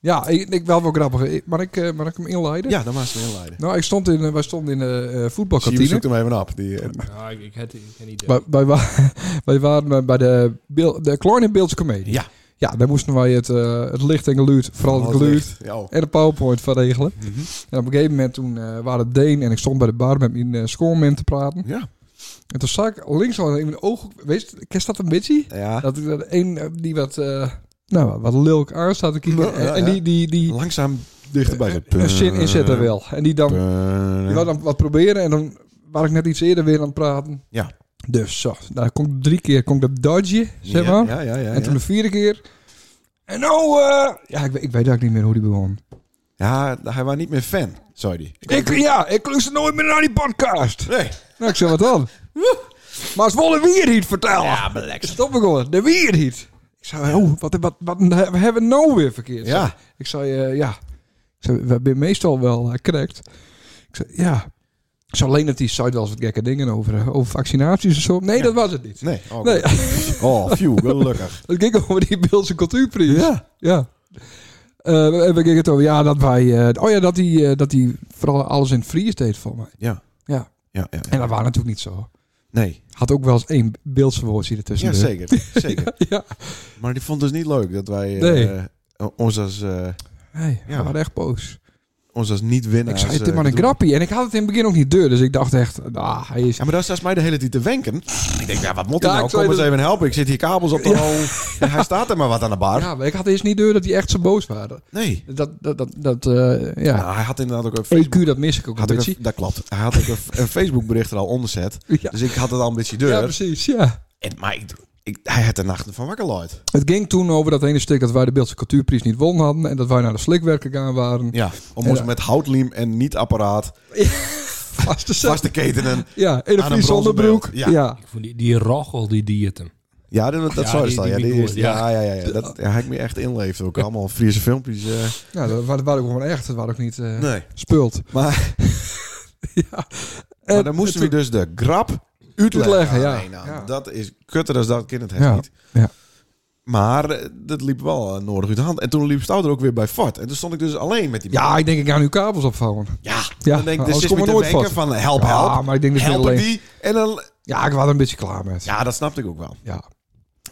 Ja, ik, ik wel wel grappig. Ik- Mag ik, eh, mag ik hem inleiden? Ja, dan maak ze me inleiden. Nou, ik stond in, eh, wij stonden in de Zie je, voetbalkantine. zoek hem even op. Die, eh, Ja, Ah, ik, ik had ik ken niet. Wij, wij, wa- wij waren eh, bij de, beeld, de Kleine Beeldse Comedie. Ja. Ja, daar moesten wij het, eh, het licht en geluid, vooral het alles geluid, dicht. Ja. oh. en de Mhm. PowerPoint van regelen. En op een gegeven moment toen eh, waren het Deen en ik stond bij de bar met mijn eh schoolman te praten. ja. En toen zag ik links al in mijn oog, weet je, kent dat een beetje? Ja. Dat er een eh, die wat, eh, nou, wat lulk aan staat te kijken. Ja, ja, en ja. die, die, die Langzaam dichterbij. Eh, een zin inzet er wel. En die dan, die wou dan wat proberen en dan was ik net iets eerder weer aan het praten. Ja. Dus zo, daar kon ik drie keer kon ik dat dodgen, zeg maar. Ja, ja, ja. en toen ja. de vierde keer. En nou, eh, ja, ik, weet- ik weet eigenlijk niet meer hoe die begon. Ja, hij was niet meer fan, zei hij. Ik, ja, ik luister nooit meer naar die podcast. Nee. Nou, ik zeg wat dan. maar ze willen weer niet vertellen. Ja, belek. Stop me gewoon, de weer niet. Ik zei, oh, wat, wat, wat, we hebben we nou weer verkeerd? Ja. Ik zei, eh, ja. Ik zei, we hebben meestal wel eh, correct. Ik zei, ja. Ik zei alleen dat die site wel eens wat gekke dingen over, eh, over vaccinaties en zo. Nee, dat was het niet. Nee. Oh, Nee, oh phew, gelukkig. het ging over die Beeldse cultuurprijs. Ja. Ja. Eh, en we gingen het over, ja, dat wij... eh, oh ja, dat die, eh, dat die vooral alles in het Fries deed voor mij. Ja. Ja. Ja, ja, ja. En dat waren natuurlijk niet zo. Nee. Had ook wel eens één Beeldse woordje ertussen. Dus. Ja, zeker. zeker. Ja. Maar die vond het dus niet leuk dat wij eh, Nee. eh, ons als, eh, Hey, Ja. we waren echt boos. ons als niet-winnaars... Ik zei, het is eh, maar een bedoel- grappie. En ik had het in het begin ook niet deur. Dus ik dacht echt, ah, hij is... Ja, maar daar staat mij de hele tijd te wenken. Ik denk, ja, wat moet Ja, ik nou? ik zei Kom eens dat- even helpen. Ik zit hier kabels op de hoofd. En hij staat er maar wat aan de bar. Ja, maar ik had eerst niet deur dat die echt zo boos waren. Nee. Dat, dat, dat, dat eh, ja. Nou, hij had inderdaad ook een Facebook... EQ, dat mis ik ook Had een ook een- beetje. dat klopt. Hij had ook een, een Facebook-bericht er al onder zet. Ja. Dus ik had het al een beetje ja, deur. precies, ja. en, maar ik, ik, hij had de nachten van wakker luid. Het ging toen over dat ene stuk dat wij de Beeldse Cultuurprijs niet won hadden. En dat wij naar de slikwerken gaan waren. Ja. Om ons Ja. met houtliem en niet-apparaat Vast te vast zetten. te ketenen. Ja, in Aan een een Friese bronzen onderbroek. beeld, Ja. ja. Ik vond die, die rochel, die dieet hem. Ja, dat, dat Ja, zou die- staan. Ja, die die Miguel, is, ja, ja, ja, ja. Dat ja, heb ik me echt inleefd ook. Allemaal Friese filmpjes. eh. Ja, dat waren, dat waren ook gewoon echt. Dat waren ook niet eh Nee. spult. Maar, ja. maar En- dan moesten we en toen- dus de grap uitleggen. Uitleggen, ja. Nee, nou, Ja. Dat is kutter als dat kind het heeft Ja, niet. ja. Maar eh, dat liep wel eh, nodig uit de hand. En toen liep Stout er ook weer bij Fort. En toen stond ik dus alleen met die Ja, ik denk ik ga nu kabels opvouwen. ja. Ja, oh, Dan denk ik, anders dus zit kom me je te nooit denken vast. van help, Ja, help. maar ik denk dat we helpen alleen- die. En dan, Ja, ik was er een beetje klaar met. ja, dat snapte ik ook wel. ja.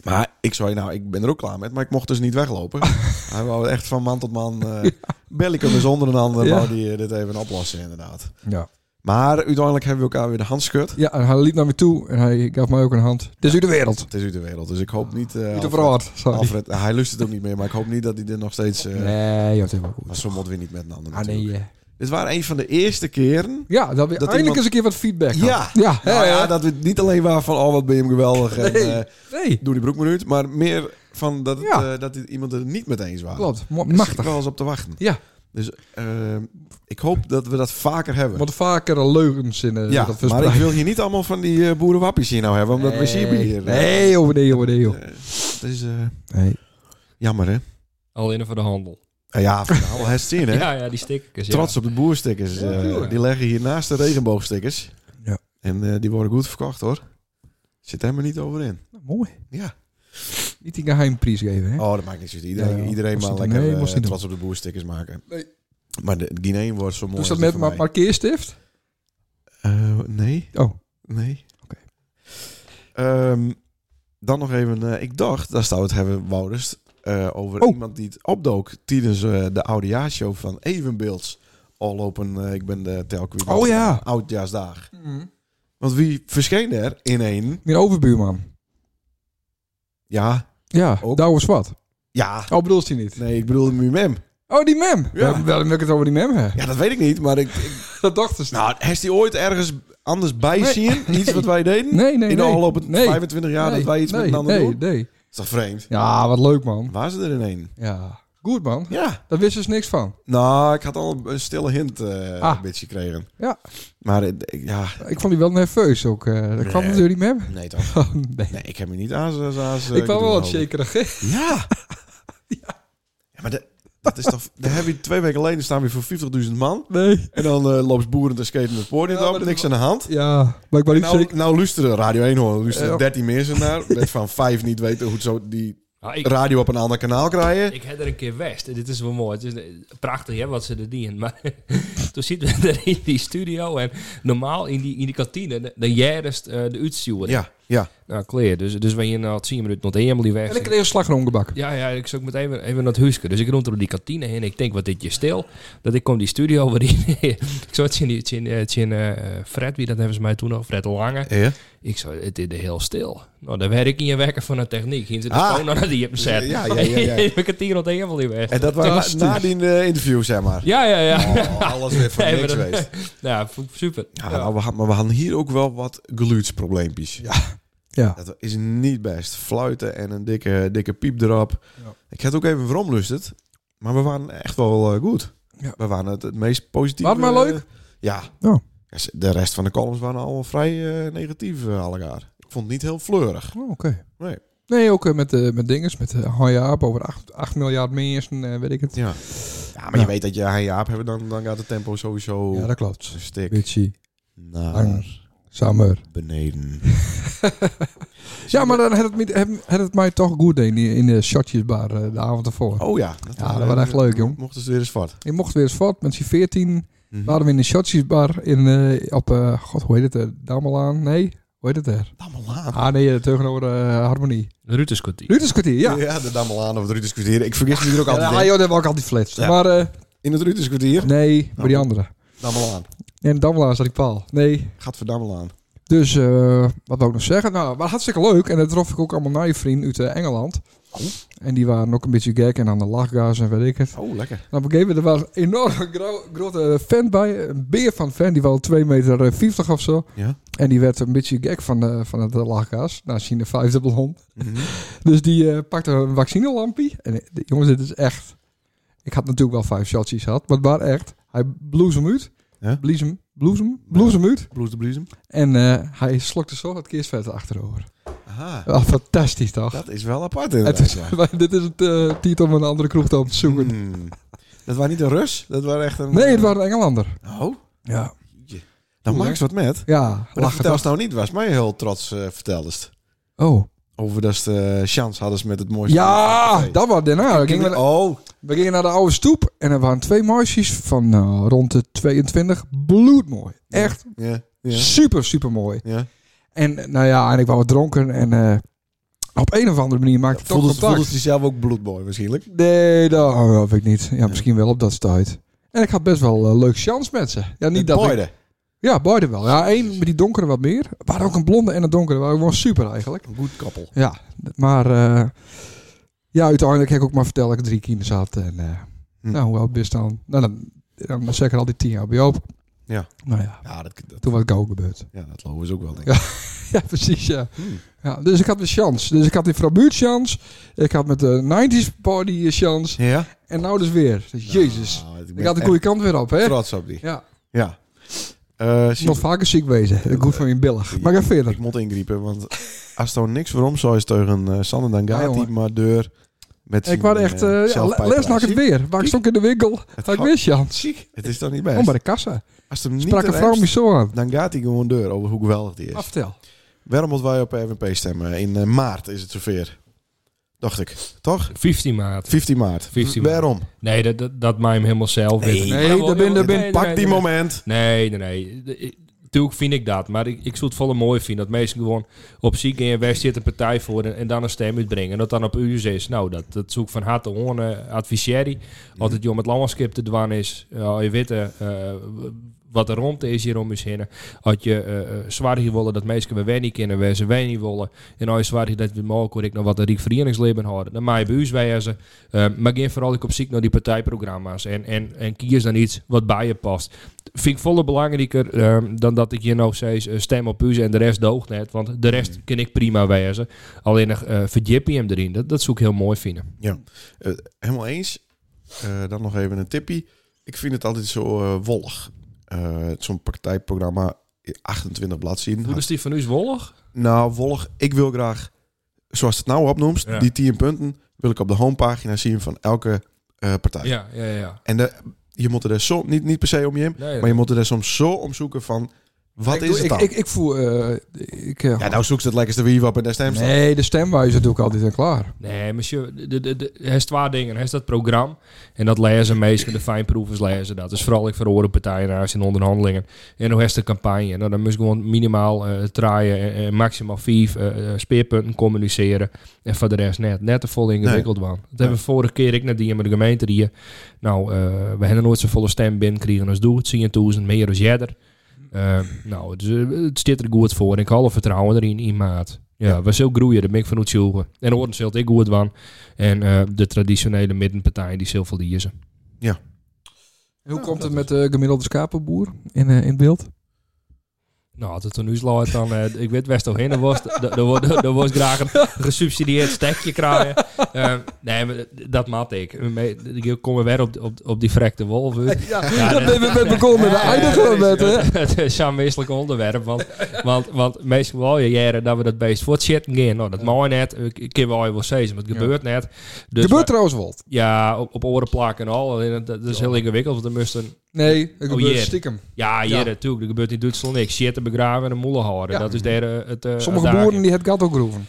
Maar ik zei, nou, ik ben er ook klaar met, maar ik mocht dus niet weglopen. Hij wou echt van man tot man. eh Bellicum is onder een ander, Ja. wou die eh, dit even oplossen, inderdaad. ja. Maar uiteindelijk hebben we elkaar weer de hand geschud. Ja, en hij liep naar me toe en hij gaf mij ook een hand. Dit is u de wereld. Het is uit de wereld, dus ik hoop niet... eh Ah, Niet te Alfred- verhaald. Sorry. Alfred, Ah, hij lust het ook niet meer, maar ik hoop niet dat hij er nog steeds... eh Nee, je hebt helemaal Maar goed. zo moet weer niet met een ander Ah, nee, natuurlijk. eh. Dit waren een van de eerste keren... Ja, dat we Dat eindelijk iemand- eens een keer wat feedback hadden. Ja, Ja, Nou hè, ja, hè? dat we het niet alleen waren van, oh, wat ben je hem geweldig. En, Nee. eh, Nee, doe die broek maar uit. Maar meer van dat, het, Ja. eh, dat het iemand er niet met eens was. klopt. Mo- Daar zit ik Machtig. wel eens op te wachten. Ja. Dus eh, ik hoop dat we dat vaker hebben. Want vaker een leugens in eh, ja, dat maar ik verspreiden. wil hier niet allemaal van die eh, boerenwappies hier nou hebben. Omdat we zien hier... eh, Nee, joh, nee, joh, nee, joh. eh, dat is eh, Nee. jammer, hè? Alleen voor de handel. Eh, ja, van nou, al hersien, hè? Ja, ja, die stickertjes. Trots op de boerstickers. Ja, eh, tuurlijk. die leggen hier naast de regenboogstickers. Ja. En eh, die worden goed verkocht, hoor. Zit helemaal niet over in. Nou, mooi. Ja. Niet die geheim prijs geven, hè? Oh, dat maakt niks uit. Iedereen, Ja, ja. iedereen Was maar niet- lekker nee, eh, was niet trots op de boerstickers maken. Nee. Maar de Guinea wordt zo mooi. Doe je dat als met die ma- van mij. markeerstift? Eh, nee. Oh, Nee. Oké. Ehm, dan nog even, eh, ik dacht, daar zou het hebben, Wouders, eh, over Oh. iemand die het opdook tijdens eh, de oudejaarshow van Evenbeelds. Al op een, eh, ik ben de telk weer. Oh ja. Oudjaarsdag. Mm. Want wie verscheen er in een? Mijn overbuurman. Ja, Ja, Ook. daar was wat. ja. Oh, bedoelt hij niet? Nee, ik bedoelde Mumem. Oh, die mem. Ja. Ja. Wel, wel wil ik het over die mem hebben. Ja, dat weet ik niet, maar ik, ik- Dat dachten ze. nou, heeft hij ooit ergens anders bij Nee. zien? Iets wat wij deden? nee, nee, in de nee. afgelopen Nee. 25 jaar Nee, dat wij iets nee, met een ander nee, doen? nee. is toch vreemd? Ja, wat leuk, man. Waar ze er in één? Ja. Goed, man. Ja. Daar wisten ze dus niks van. Nou, ik had al een stille hint eh, Ah. een beetje gekregen. Ja. Maar eh, ik- ja, Ik vond die wel nerveus ook. eh. dat kwam Nee. natuurlijk die mem. nee toch. Oh, nee. Nee, ik heb me niet aan zo- zo- zo- ik kwam gedoe wel houden. wat shakerig. hè? Ja. ja. Maar de- dat is toch... Daar heb je twee weken geleden staan weer voor 50.000 man. Nee. En dan eh loopt boeren te skaten met poort Ja, niet maar op. dat- Niks aan de hand. Ja, maar ik ben niet Nou, zeker. nou luisteren Radio 1 hoor. Luisteren Ja. 13 mensen naar. Met van vijf niet weten hoe zo die Ja, Ah, ik, radio op een ander kanaal krijgen. ik heb er een keer west. Dit is wel mooi. Het is eh, prachtig hè, wat ze er dienen. Maar toen zitten we er in die studio. En normaal in die, in die kantine, dan- dan jaren de uitstuur. Ja, ja. Nou, clear. Dus, dus we je nou het zien minuten nog helemaal weg. En ik kreeg een slagroomgebak. Ja, ja, ik zoek meteen weer even naar het huisje. Dus ik rond door die kantine heen. Ik denk, wat dit je stil? Dat ik kom die studio waarin... ik zo het zien, het zien, het zien eh, Fred, wie dat hebben ze mij toen nog? Fred Lange. Ja. Ik zo, het is heel stil. Nou, dan werk ik in je werken van de techniek. Hier zit de Ah. phone aan die je hebt gezet. Ja, ja, ja, ja. ik heb het hier nog helemaal niet weg. En dat was Fantastisch. na, na die eh, interview, zeg maar. Ja, ja, ja. Oh, alles weer van Nee, maar niks dat- geweest. Ja, vond ik super. Ja, Ja. nou, we had- maar we hadden hier ook wel wat geluidsprobleempjes. Ja. Dat is niet best. Fluiten en een dikke, dikke piep erop. Ja. Ik had ook even veromlusterd. Maar we waren echt wel eh, goed. Ja. We waren het, het meest positieve. Waren we maar leuk? Oh. eh, ja. Ja. Ja, ze- De rest van de columns waren allemaal vrij eh, negatief eh, allegaar. Ik vond het niet heel fleurig. Oh, Oké. Nee. Nee, ook eh, met, eh met dinges, met eh, Han Jaap over 8, 8 miljard mensen, eh, weet ik het. Ja, ja maar Ja. je weet dat je hij Jaap hebben, dan, dan gaat het tempo sowieso Nou. Ja, dat klopt. een stuk Richie, naar Arnold. Summer. beneden. Ja, maar dan had het, met- heb- had het mij toch goed in, die- in de shotjesbar eh, de avond ervoor. Oh ja. Dat, Ja, dat was echt leuk, jong. Mochten ze weer eens wat. Ik mocht weer eens voort. Met z'n 14 Mhm. waren we in de shotjesbar in, eh, op, eh, god, hoe heet het, eh, Damelaan? Nee, hoe heet het er? Dammelaan. Ah nee, eh, tegenover eh, Harmonie. Ruud is kwartier. Ruterskwartier, ja. Ja. de Dammelaan of het Ruters kwartier. Ik vergis me er ook Ja, altijd daar in. joh, daar heb ik altijd flits. Ja. Maar eh, In het Ruters kwartier. nee, bij die andere. Dammelaan. En Damelaan zat ik paal. Nee. Gaat voor Dammelaan. Dus, eh, wat wou ik nog zeggen? Nou, maar hartstikke leuk. En dat trof ik ook allemaal naar je vriend uit eh, Engeland. Oh. En die waren ook een beetje gek en aan de lachgas en weet ik het. Oh, lekker. En op een gegeven moment er was een enorme gro- grote fan bij. Een beer van fan, die wel 2 meter eh, 50 of zo. Ja. En die werd een beetje gek van, eh, van het eh, lachgas. Nou, zien de vijfde ballon. Mhm. Dus die eh, pakte een vaccinelampie. En eh, de- jongens, dit is echt... Ik had natuurlijk wel vijf shotjes gehad, maar het waren echt... Hij bloes hem uit. Ja? Blies hem, bloes hem, bloes hem uit. Bloes de bliesem. En eh, hij slokte zo het keersvet achterover. Aha. Ah, fantastisch toch? Dat is wel apart Het inderdaad, is, ja. dit is het eh titel om een andere kroeg te op te zoeken. Hmm. Dat waren niet een Rus. Dat waren echt een... Nee, het was een Engelander. Oh. Ja. Dan Cool, maak ze wat met. Ja, Maar dat lachen vertel toch? ze nou niet. Was mij heel trots eh vertelde ze. Oh. Over dat ze eh, chance hadden ze met het mooiste. Ja, café. dat was daarna. We gingen, Oh. we gingen naar de oude stoep en er waren twee meisjes van eh, rond de 22. Bloedmooi. Echt Ja. Ja. super, super mooi. ja. En eh, nou ja, en ik was wat dronken en eh, op een of andere manier maakte ik toch Voelde, ze- voelde contact. ze zelf ook bloedboy waarschijnlijk. Nee, dat hoop ik niet. Ja, misschien wel op dat stuit. En ik had best wel eh, leuk chance met ze. Ja, niet Met dat ik- Boyden. Ja, beide wel. Ja, één met die donkere wat meer. Er waren ook een blonde en een donkere. waren gewoon super eigenlijk. Een goed koppel. Ja, maar eh, ja, uiteindelijk heb ik ook maar verteld dat ik drie kinderen had. En eh, Hm. nou, hoe oud ben je dan? Nou, dan, dan zeg ik er al die tien jaar bij op. Ja. Nou ja, Ja, dat, dat, toen was ik ook gebeurd. ja, dat lopen ze ook wel, denk ik. ja, precies, ja. Hmm. ja. Dus ik had mijn chance. Dus ik had die Frabuurt chance. Ik had met de 90s party eh, chance. Ja? En nou dus weer. Dus, Jezus. Nou, ik Ik ben had de echt goede kant weer op, hè? trots op die. Ja. Ja. Eh, zie- Nog vaker ziek wezen. Ik goed van je billig. Maar ik ga verder. ik moet ingriepen, want als er nou niks waarom zou je tegen eh, Sander dan Ja, gaat hij jongen. maar deur met Ik was echt... eh, ja, le- les naar het weer. Waar ik stond in de winkel. Had ik gaat- weer chance. Ziek. Het is toch niet best. Oh, bij de kassa. als hem niet Sprak een vrouw me remst, zo aan. dan gaat hij gewoon deur over hoe geweldig die is. Ah, vertel. Waarom moeten wij op RWP stemmen? In eh, maart is het zover. Dacht ik. Toch? 15 maat. 15 maart. 15 maart. Waarom? Nee, dat, dat, dat mij hem helemaal zelf Nee. weten. Nee, daar ben- daar ben- Pak die moment. Nee, nee, nee. De- Natuurlijk vind ik dat, maar ik, ik zou het volle mooi vinden dat mensen gewoon op ziek in waar zit een partij voor en, en dan een stem uitbrengen. En dat dan op uur is. Nou, dat, dat zoek van harte hoorn eh, adviseer ik. Als het joh met landschap te dwan is, eh, als je weet eh, eh, wat er rond is hier om je heen. Als je eh, eh, zwaar hier willen dat mensen we wij niet kennen, waar ze wij niet willen. En als je zwaar hier dat we mogen, ik nog wat een riek verenigingsleven houden. Dan maai bij u wijzen. Eh, maar geen vooral ik op ziek naar die partijprogramma's. En, en, en kies dan iets wat bij je past vind ik volle belangrijker ehm, dan dat ik hier nou steeds eh, stem op Puzen en de rest doogt net. Want de rest ken ik prima wijzen. Alleen nog eh verdiep je hem erin. Dat, dat zou ik heel mooi vinden. Eh, helemaal eens. Eh, dan nog even een tippie. Ik vind het altijd zo eh, wollig. Eh, Zo'n partijprogramma, 28 bladzijden. Hoe is die van u wollig? Nou, wollig, ik wil graag, zoals het nou opnoemt, Ja. die 10 punten wil ik op de homepagina zien van elke eh, partij. Ja, ja, ja. En de, je moet er dus soms, niet, niet per se om je heen, Nee, maar je moet er dus soms zo om zoeken van, wat ik, is doe- het dan? Ik, ik, ik voel... eh, ik, eh, ja, nou zoek ze het lekkerste wie op en daar stem staan. nee, de stemwijzer doe ik altijd en klaar. nee monsieur, de- de- de- de- hij is twee dingen. Hij is dat programma en dat lezen meestal de fijnproevers lezen dat. Dus vooral ik verhoorde partijen naar in onderhandelingen. En hoe is de campagne? Nou, dan moet je gewoon minimaal eh draaien en, en maximaal vijf eh, eh, speerpunten communiceren. En voor de rest net. Net te vol ingewikkeld man. Dat hebben we vorige keer ik naar die met de gemeente die. Nou, eh, we hebben nooit zo'n volle stem binnenkregen als doe. Het zien duizend meer dan jeder. Eh, nou, dus, eh, het zit er goed voor. Ik heb alle vertrouwen erin in maat. Ja, we zullen groeien, daar ben ik van uitzoeken. En Oorden zult ik goed van. En eh, de traditionele middenpartijen die zoveel die is. En hoe Ja, komt dat het met de gemiddelde schapenboer in, eh, in beeld? Nou, als het een nieuws laat, dan... eh, ik weet best wel heen, dan was dan- dan wordt- dan wordt graag een gesubsidieerd stekje krijgen. Eh, nee, maar dat maat ik. Ik kom weer op, op, op die vrekte wolf uit. Ja, Ja, dat dat- ben we begonnen. Daar eindigen we met, Dus hè? Het is een misselijk onderwerp, want, want, want meestal wel je jaren dat we dat beest voor het shit gaan. Nou, dat mooi net. Ik ken wel wel zeggen, maar het gebeurt net. Dus Gebeurt wij- trouwens wat. Ja, op, op oren plakken en al. Alleen dat, dat is heel ingewikkeld, want er moesten... Nee, het Oh, gebeurt jee. stiekem. Ja, hier Ja. natuurlijk. Er gebeurt in Duitsland niks. Shit te begraven en een moelen houden. Ja. Dat is daar eh, het... eh, Sommige adagie. boeren die het gat ook groeven.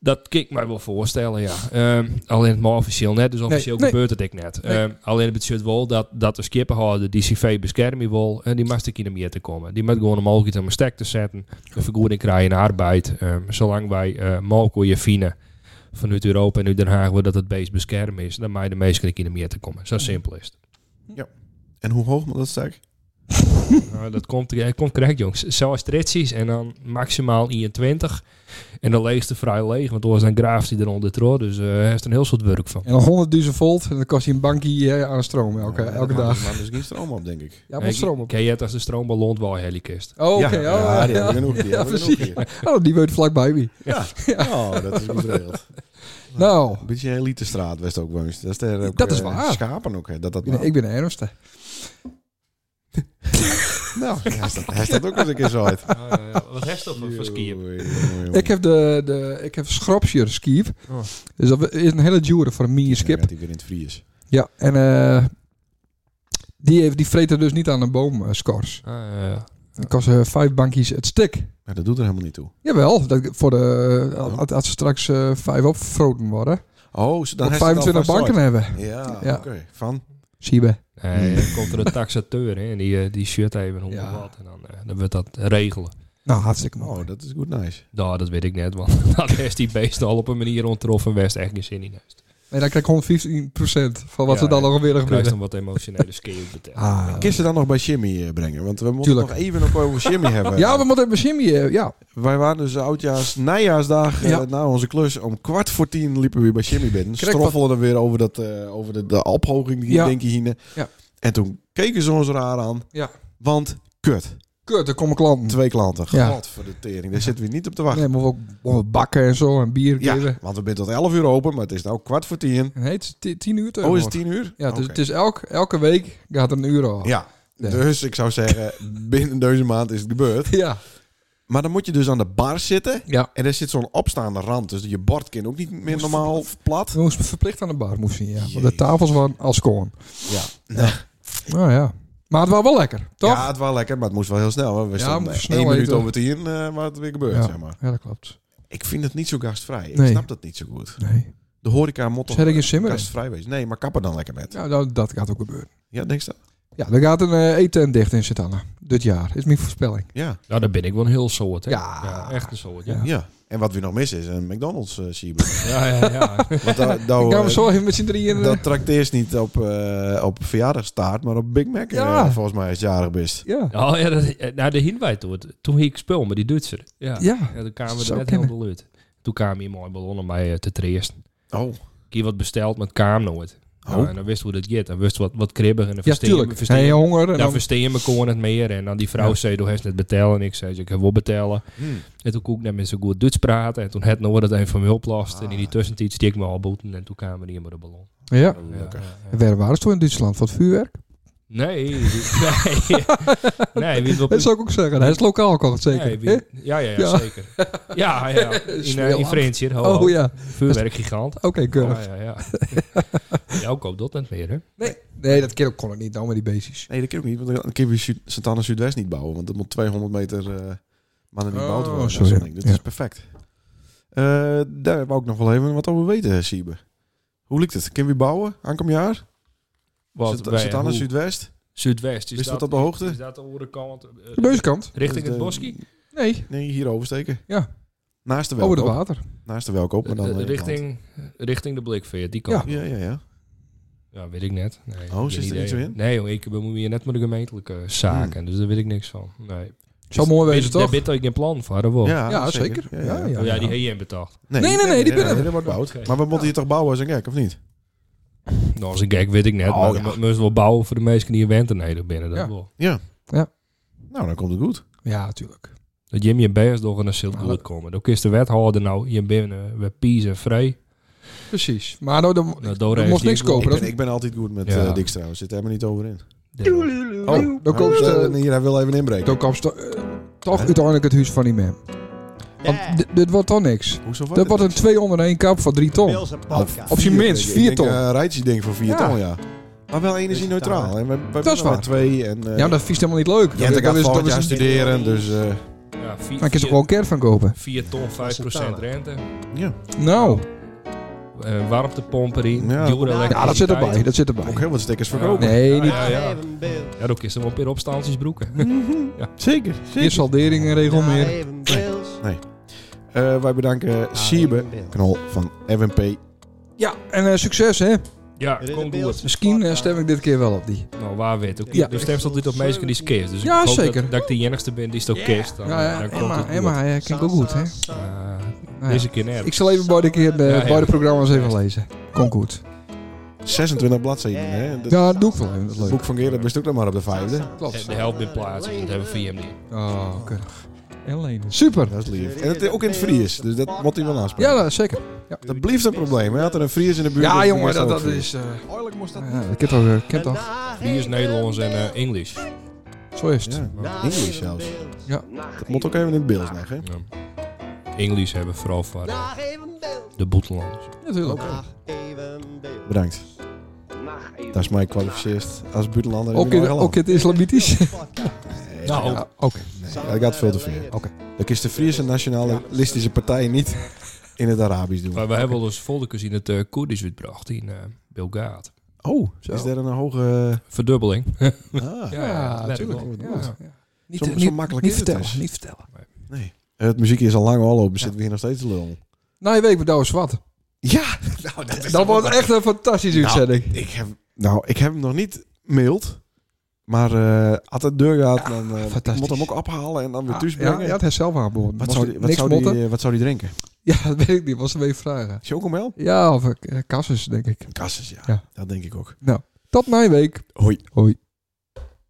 Dat kan ik mij wel voorstellen, ja. Ehm, alleen het maar officieel net, dus officieel nee. gebeurt het ik net. Nee. Ehm, alleen het betekent wel dat, dat de skippenhouder die CV beschermen wil, en die mag ik in meer te komen. Die moet gewoon een mogelijkheid om een stek te zetten, een vergoeding krijgen in arbeid. Ehm, zolang wij eh Malco je fine vanuit Europa en uit Den Haag wil dat het beest beschermen is, dan mag je de meeste in meer te komen. Zo simpel is het. En hoe hoog moet dat stek? Nou, dat komt, eh, komt correct, jongens. Zoals tritsies en dan maximaal 21. En dan leest de vrij leeg, want anders dan graaft hij eronder tro. Dus eh, hij heeft er een heel soort werk van. En dan 100.000 volt. En dan kost je een bankie eh, aan stroom elke, Oh, Ja, elke maar- dag. Maar misschien stroom op, denk ik. Ja, maar stroom op. Ken je het als de stroomballon wel helikist? Oh, oké. oh, ja, die ja. hebben we genoeg. Die Ja, hebben we genoeg precies. hier. Oh, die weet vlakbij wie. Ja, Oh, dat is goed geregeld. Nou, Een beetje elite straat West ook woonst. Dat is, daar ook, Dat is eh, waar. Schapen ook, hè, dat dat ik ben, nou. ik ben de ergste. Nou, hij staat, hij staat ook eens een keer zo uit. Ah, wat heeft dat voor skiën? Jongen, jongen, jongen. Ik heb, de, de, ik heb Schropscher skiep. Oh. Dus dat is een hele jure voor een mini-skip. Ja, dat hij weer in het vrije is. Ja, en eh, die, heeft, die vreet er dus niet aan een boom, eh, scores. Ah, Dat kost eh, vijf bankies het stuk. Maar dat doet er helemaal niet toe. Jawel, dat, voor de, als, als ze straks eh, vijf opvroten worden. Oh, ze- dan Dan heeft hij het 25 alvast banken hebben. uit. Ja, Ja. oké. Van? Zie je. Nee, dan komt er een taxateur hè, en die, eh, die shirt even hoe Ja. wat. En dan, eh, dan wordt dat regelen. Nou, hartstikke mooi. Oh, dat is goed nice. Nou, dat weet ik net, want dat heeft die beesten al op een manier ontroffen. West echt geen zin in heeft. Nee, dan krijg ik 115% van wat Ja, ze dan ja. nog weer Krijgt gebeuren. dan wat emotionele skiën betalen. Ah. Kist ze dan nog bij Jimmy eh, brengen? Want we moeten Tuurlijk. nog even nog over Jimmy hebben. Ja, we moeten even Jimmy. eh, Ja, Wij waren dus oudjaars, najaarsdag eh, Ja. na onze klus. Om kwart voor tien liepen we weer bij Jimmy binnen. Kijk, Stroffelden dan weer over, dat, eh, over de, de ophoging die Ja. denk je hier. Ja. En toen keken ze ons raar aan. Ja. Want kut, kut, er komen klanten. twee klanten. Ja. God voor de tering, daar zitten we niet op te wachten. Nee, maar we ook we bakken en zo en bier ja, geven. want we zijn tot elf uur open, maar het is nou kwart voor tien. En heet het is ti- tien uur Oh, is tegenwoordig. het tien uur? Ja, het is, Oké. het is elk, elke week gaat er een uur over. Ja, Ja. dus ik zou zeggen, binnen deze maand is het gebeurd. ja. Maar dan moet je dus aan de bar zitten. Ja. En er zit zo'n opstaande rand. Dus je bord kan ook niet meer Moest- normaal plat. We moesten verplicht aan de bar moesten, ja. Want de Jezus. tafels waren als koorn. Ja. Nou ja. Maar het was wel lekker, toch? Ja, het was lekker, maar het moest wel heel snel. Hè. We Ja, stonden moest snel één minuut eten. over tien eh waar het weer gebeurt, Ja. zeg maar. Ja, dat klopt. Ik vind het niet zo gastvrij. Ik Nee. snap dat niet zo goed. Nee. De horeca moet toch Zet Dus ik in Simmering? gastvrij wezen. Nee, maar kapper dan lekker met. Ja, Ja, nou, dat gaat ook gebeuren. denk je dat? Ja, er gaat een eh eten dicht in Sint-Anna. Dit jaar, is mijn voorspelling. Ja, Nou, daar ben ik wel een heel soort. Hè? Ja. echt een soort. ja. Ja, En wat we nog missen is een McDonald's eh Seabird. ja, ja. ja. Want daar- daar- ik ga me zo even met z'n drieën... eh, Oh, dat trakteert niet op, eh op verjaardagstaart, maar op Big Mac. eh, Ja. volgens mij is jarig best. ja. Oh, ja dat, eh, nou, daar hielden wij toen. Toen hing ik spul met die Duitser. Ja. ja. Ja. toen kwamen we Zo er net kennen. heel de lucht. Toen kwamen hier mooi ballonnen bij eh, te treest. Oh, Ik heb wat besteld, maar het kwam nooit. Nou, Oh. en dan wist hoe dat gaat. Dan wist wat, wat kribbig. En dan Ja, versteer je- tuurlijk. versteer Hij je- honger. En dan dan, versteer je me gewoon het meer. En dan die vrouw Ja. zei, doe heeft net betalen. En ik zei, ik heb wel betalen. Hmm. En toen kon ik net met zo goed Duits praten. En toen had Noor het een van me oplost. En in die Ah. tussentijd stiek ik me al boeten. En toen kwamen die in met de ballon. ja. Ja, Gelukkig. ja, ja. En waar waren ze toen in Duitsland? Wat vuurwerk? Nee. die- Nee. nee, wie wil Dat zou ik ook zeggen. Hij is lokaal kocht, zeker. Nee, wie- Hè? ja, ja, ja, Ja. zeker. Ja, ja. In, eh, in Smeerland. French hier. Ho, Oh, ho. ja, Vuurwerkgigant. oké, keurig. Oh, ja, ja. ja, ook op dat net meer, hè? Nee, dat keer kon ik niet, nou met die beestjes. Nee, dat kan ook niet, want dan kunnen we Zuid- Sint-Anna Zuidwest niet bouwen. Want dat moet 200 meter eh mannen niet Oh, gebouwd worden. sorry. Sorry. Dus Ja. dat is perfect. Eh, daar wou ik nog wel even wat over weten, Siebe. Hoe lukt het? Kunnen we bouwen aankomend jaar? Wat Sint- wij- Sint-Anna hoe- Zuidwest? Zuidwest. Is Is dat dat, op de hoogte? is dat de andere kant? eh, De beuskant? richting Dat het is Dus de- boskie? Nee, Nee, hier oversteken. Ja. Naast de over welkoop. het water. Naast de welkoop, maar dan... Eh, eh, richting, richting de blikveer, die kant. kant. Ja, ja, ja. Ja, weet ik net. Nee, Oh, geen zit er idee. iets in? Hmm. Nee, jongen, ik bemoei me hier net met de gemeentelijke zaken, dus daar weet ik niks van. Nee. Zou mooi wezen, Daar toch? ben ik geen plan voor, dat wel. Ja, Ja, zeker. Ja, ja. Oh, ja, die E heb je in betaald. Nee, Nee, nee, nee, die binnen. dat wordt bouwd. Oké. Maar we moeten hier toch bouwen als een gek, of niet? Nou, als een gek weet ik net, Oh, maar ja. we moesten wel bouwen voor de mensen die hier wenten nee, binnen, dat Ja. wel. Nou, dan komt het goed. Ja, natuurlijk. Dat Jimmy en Beers door naar Silt Maar goed komen. Dan is de wethouder nou hier binnen, we pies en vrij. Precies. Maar nou, dan, Nou, Dora Er heeft mocht die niks ook wel- kopen, Ik dat- ben, ik ben altijd goed met Ja. eh Dick trouwens. Zit er helemaal niet over in. Ja. oh, dan Oh, komt eh, hier, hij wil even inbreken. dan komt sto- eh, toch uiteindelijk het huis van die man. Want dit- dit wordt toch niks. Hoezo Oh, Dat wordt een 2 onder 1 kap van 3 eh, ton. Bills en podcast. Op zijn minst, 4 ton. Een rijtje eh, ding voor 4 Ja. ton, ja. Maar wel energie-neutraal. En we, we Dat is waar. twee. En, eh, Ja, maar dat vies helemaal niet leuk. Jente Dat- gaat dat is- volgend dat jaar is- studeren, dus... eh, Ja, vier, Maar ik kan vier- er gewoon een caravan kopen. 4 ton, 5% rente. ja, Nou, Eh warmtepomp erin, Ja. dure ja, dat zit erbij. Dat zit erbij. ook heel wat stickers verkopen. Nee, niet. Ja, ja. even Bill. Ja, dan is er wel een paar opstanties broeken. Zeker, Eerst saldering en regel Ja, meer. even Bills. Eh, wij bedanken Ja, Siebe even Bills. Knol van FNP. Ja, en eh, succes hè. Ja, Er is een komt Bills goed. Misschien eh, podcast. stem ik dit keer wel op die. Nou, waar weet ik. Ja. De stemt altijd op mensen die skist. Dus Ja, ik hoop zeker. Dat, dat ik de enigste ben die het ook kist. Dan, eh, Ja, ja, dan komt Emma, het goed. Emma, hij klinkt ook goed hè. Eh, Nou ja. Deze keer net. Ik zal even bij de, keer de, Ja, ja. bij de programma's even lezen. Kom goed. 26 bladzijden, hè. Dat Ja, dat doe ik wel even. Dat is leuk. boek van Gerard bestond dan maar op de vijfde. Klopt. de helft in plaats. Dus dat hebben we via hem niet. Oh, keurig. En Lene. Super. Dat is lief. En het ook in het Fries, dus dat moet hij wel aanspreken. Ja, dat- zeker. Dat blijft een probleem. Hij had er een Fries in de buurt. Ja, dus jongen, wist dat, al dat wat is... eh Oorlijk moest dat ja, dat kent toch, eh, kent toch. Wie is Nederlands en eh, Engels? Zo is Fries. het. Ja, Engels zelfs. Ja. Dat moet ook even in het beeld nog, hè. Ja. Engels hebben vooral voor eh, Dag even Bill. de Boetelanders. Natuurlijk. Dag even Bill. Bedankt. Dat is mij kwalificeerd als buitenlander in Ook mijn in, eigen land. ook in het islamitisch. Nee, Nou, Ja, oké. nee, dat gaat veel te ver. Dat is de Friese nationalistische partij niet in het Arabisch doen. Maar we hebben wel eens folders in het eh, Koerdisch uitgebracht in eh Bilgaat. Oh, Zo. is daar een hoge... Verdubbeling. Ah. Ja, letterlijk tuurlijk. wel. Ja. Ja. Niet, Zo- zo niet- makkelijk niet is het vertellen, dus. niet vertellen. Nee. Het muziekje is al lang al op. We zitten weer nog steeds te lullen. Na Nou, je week bedoel eens wat. Ja, nou, dat is Dat wordt echt een fantastische uitzending. Ik heb, nou, ik heb hem nog niet maild. Maar eh als het deur gaat, dan eh, fantastisch. moet hem ook ophalen en dan weer Ah, thuis ja, brengen. ja, het heeft zelf aanboden. Wat Mocht zou, die, wat, niks zou die, motten. eh, wat zou die drinken? Ja, dat weet ik niet. Was er weer vragen. Chocomel? Ja, of eh, kassus, denk ik. Kasses, ja. Ja. Dat denk ik ook. Tot na je week. Hoi. Hoi.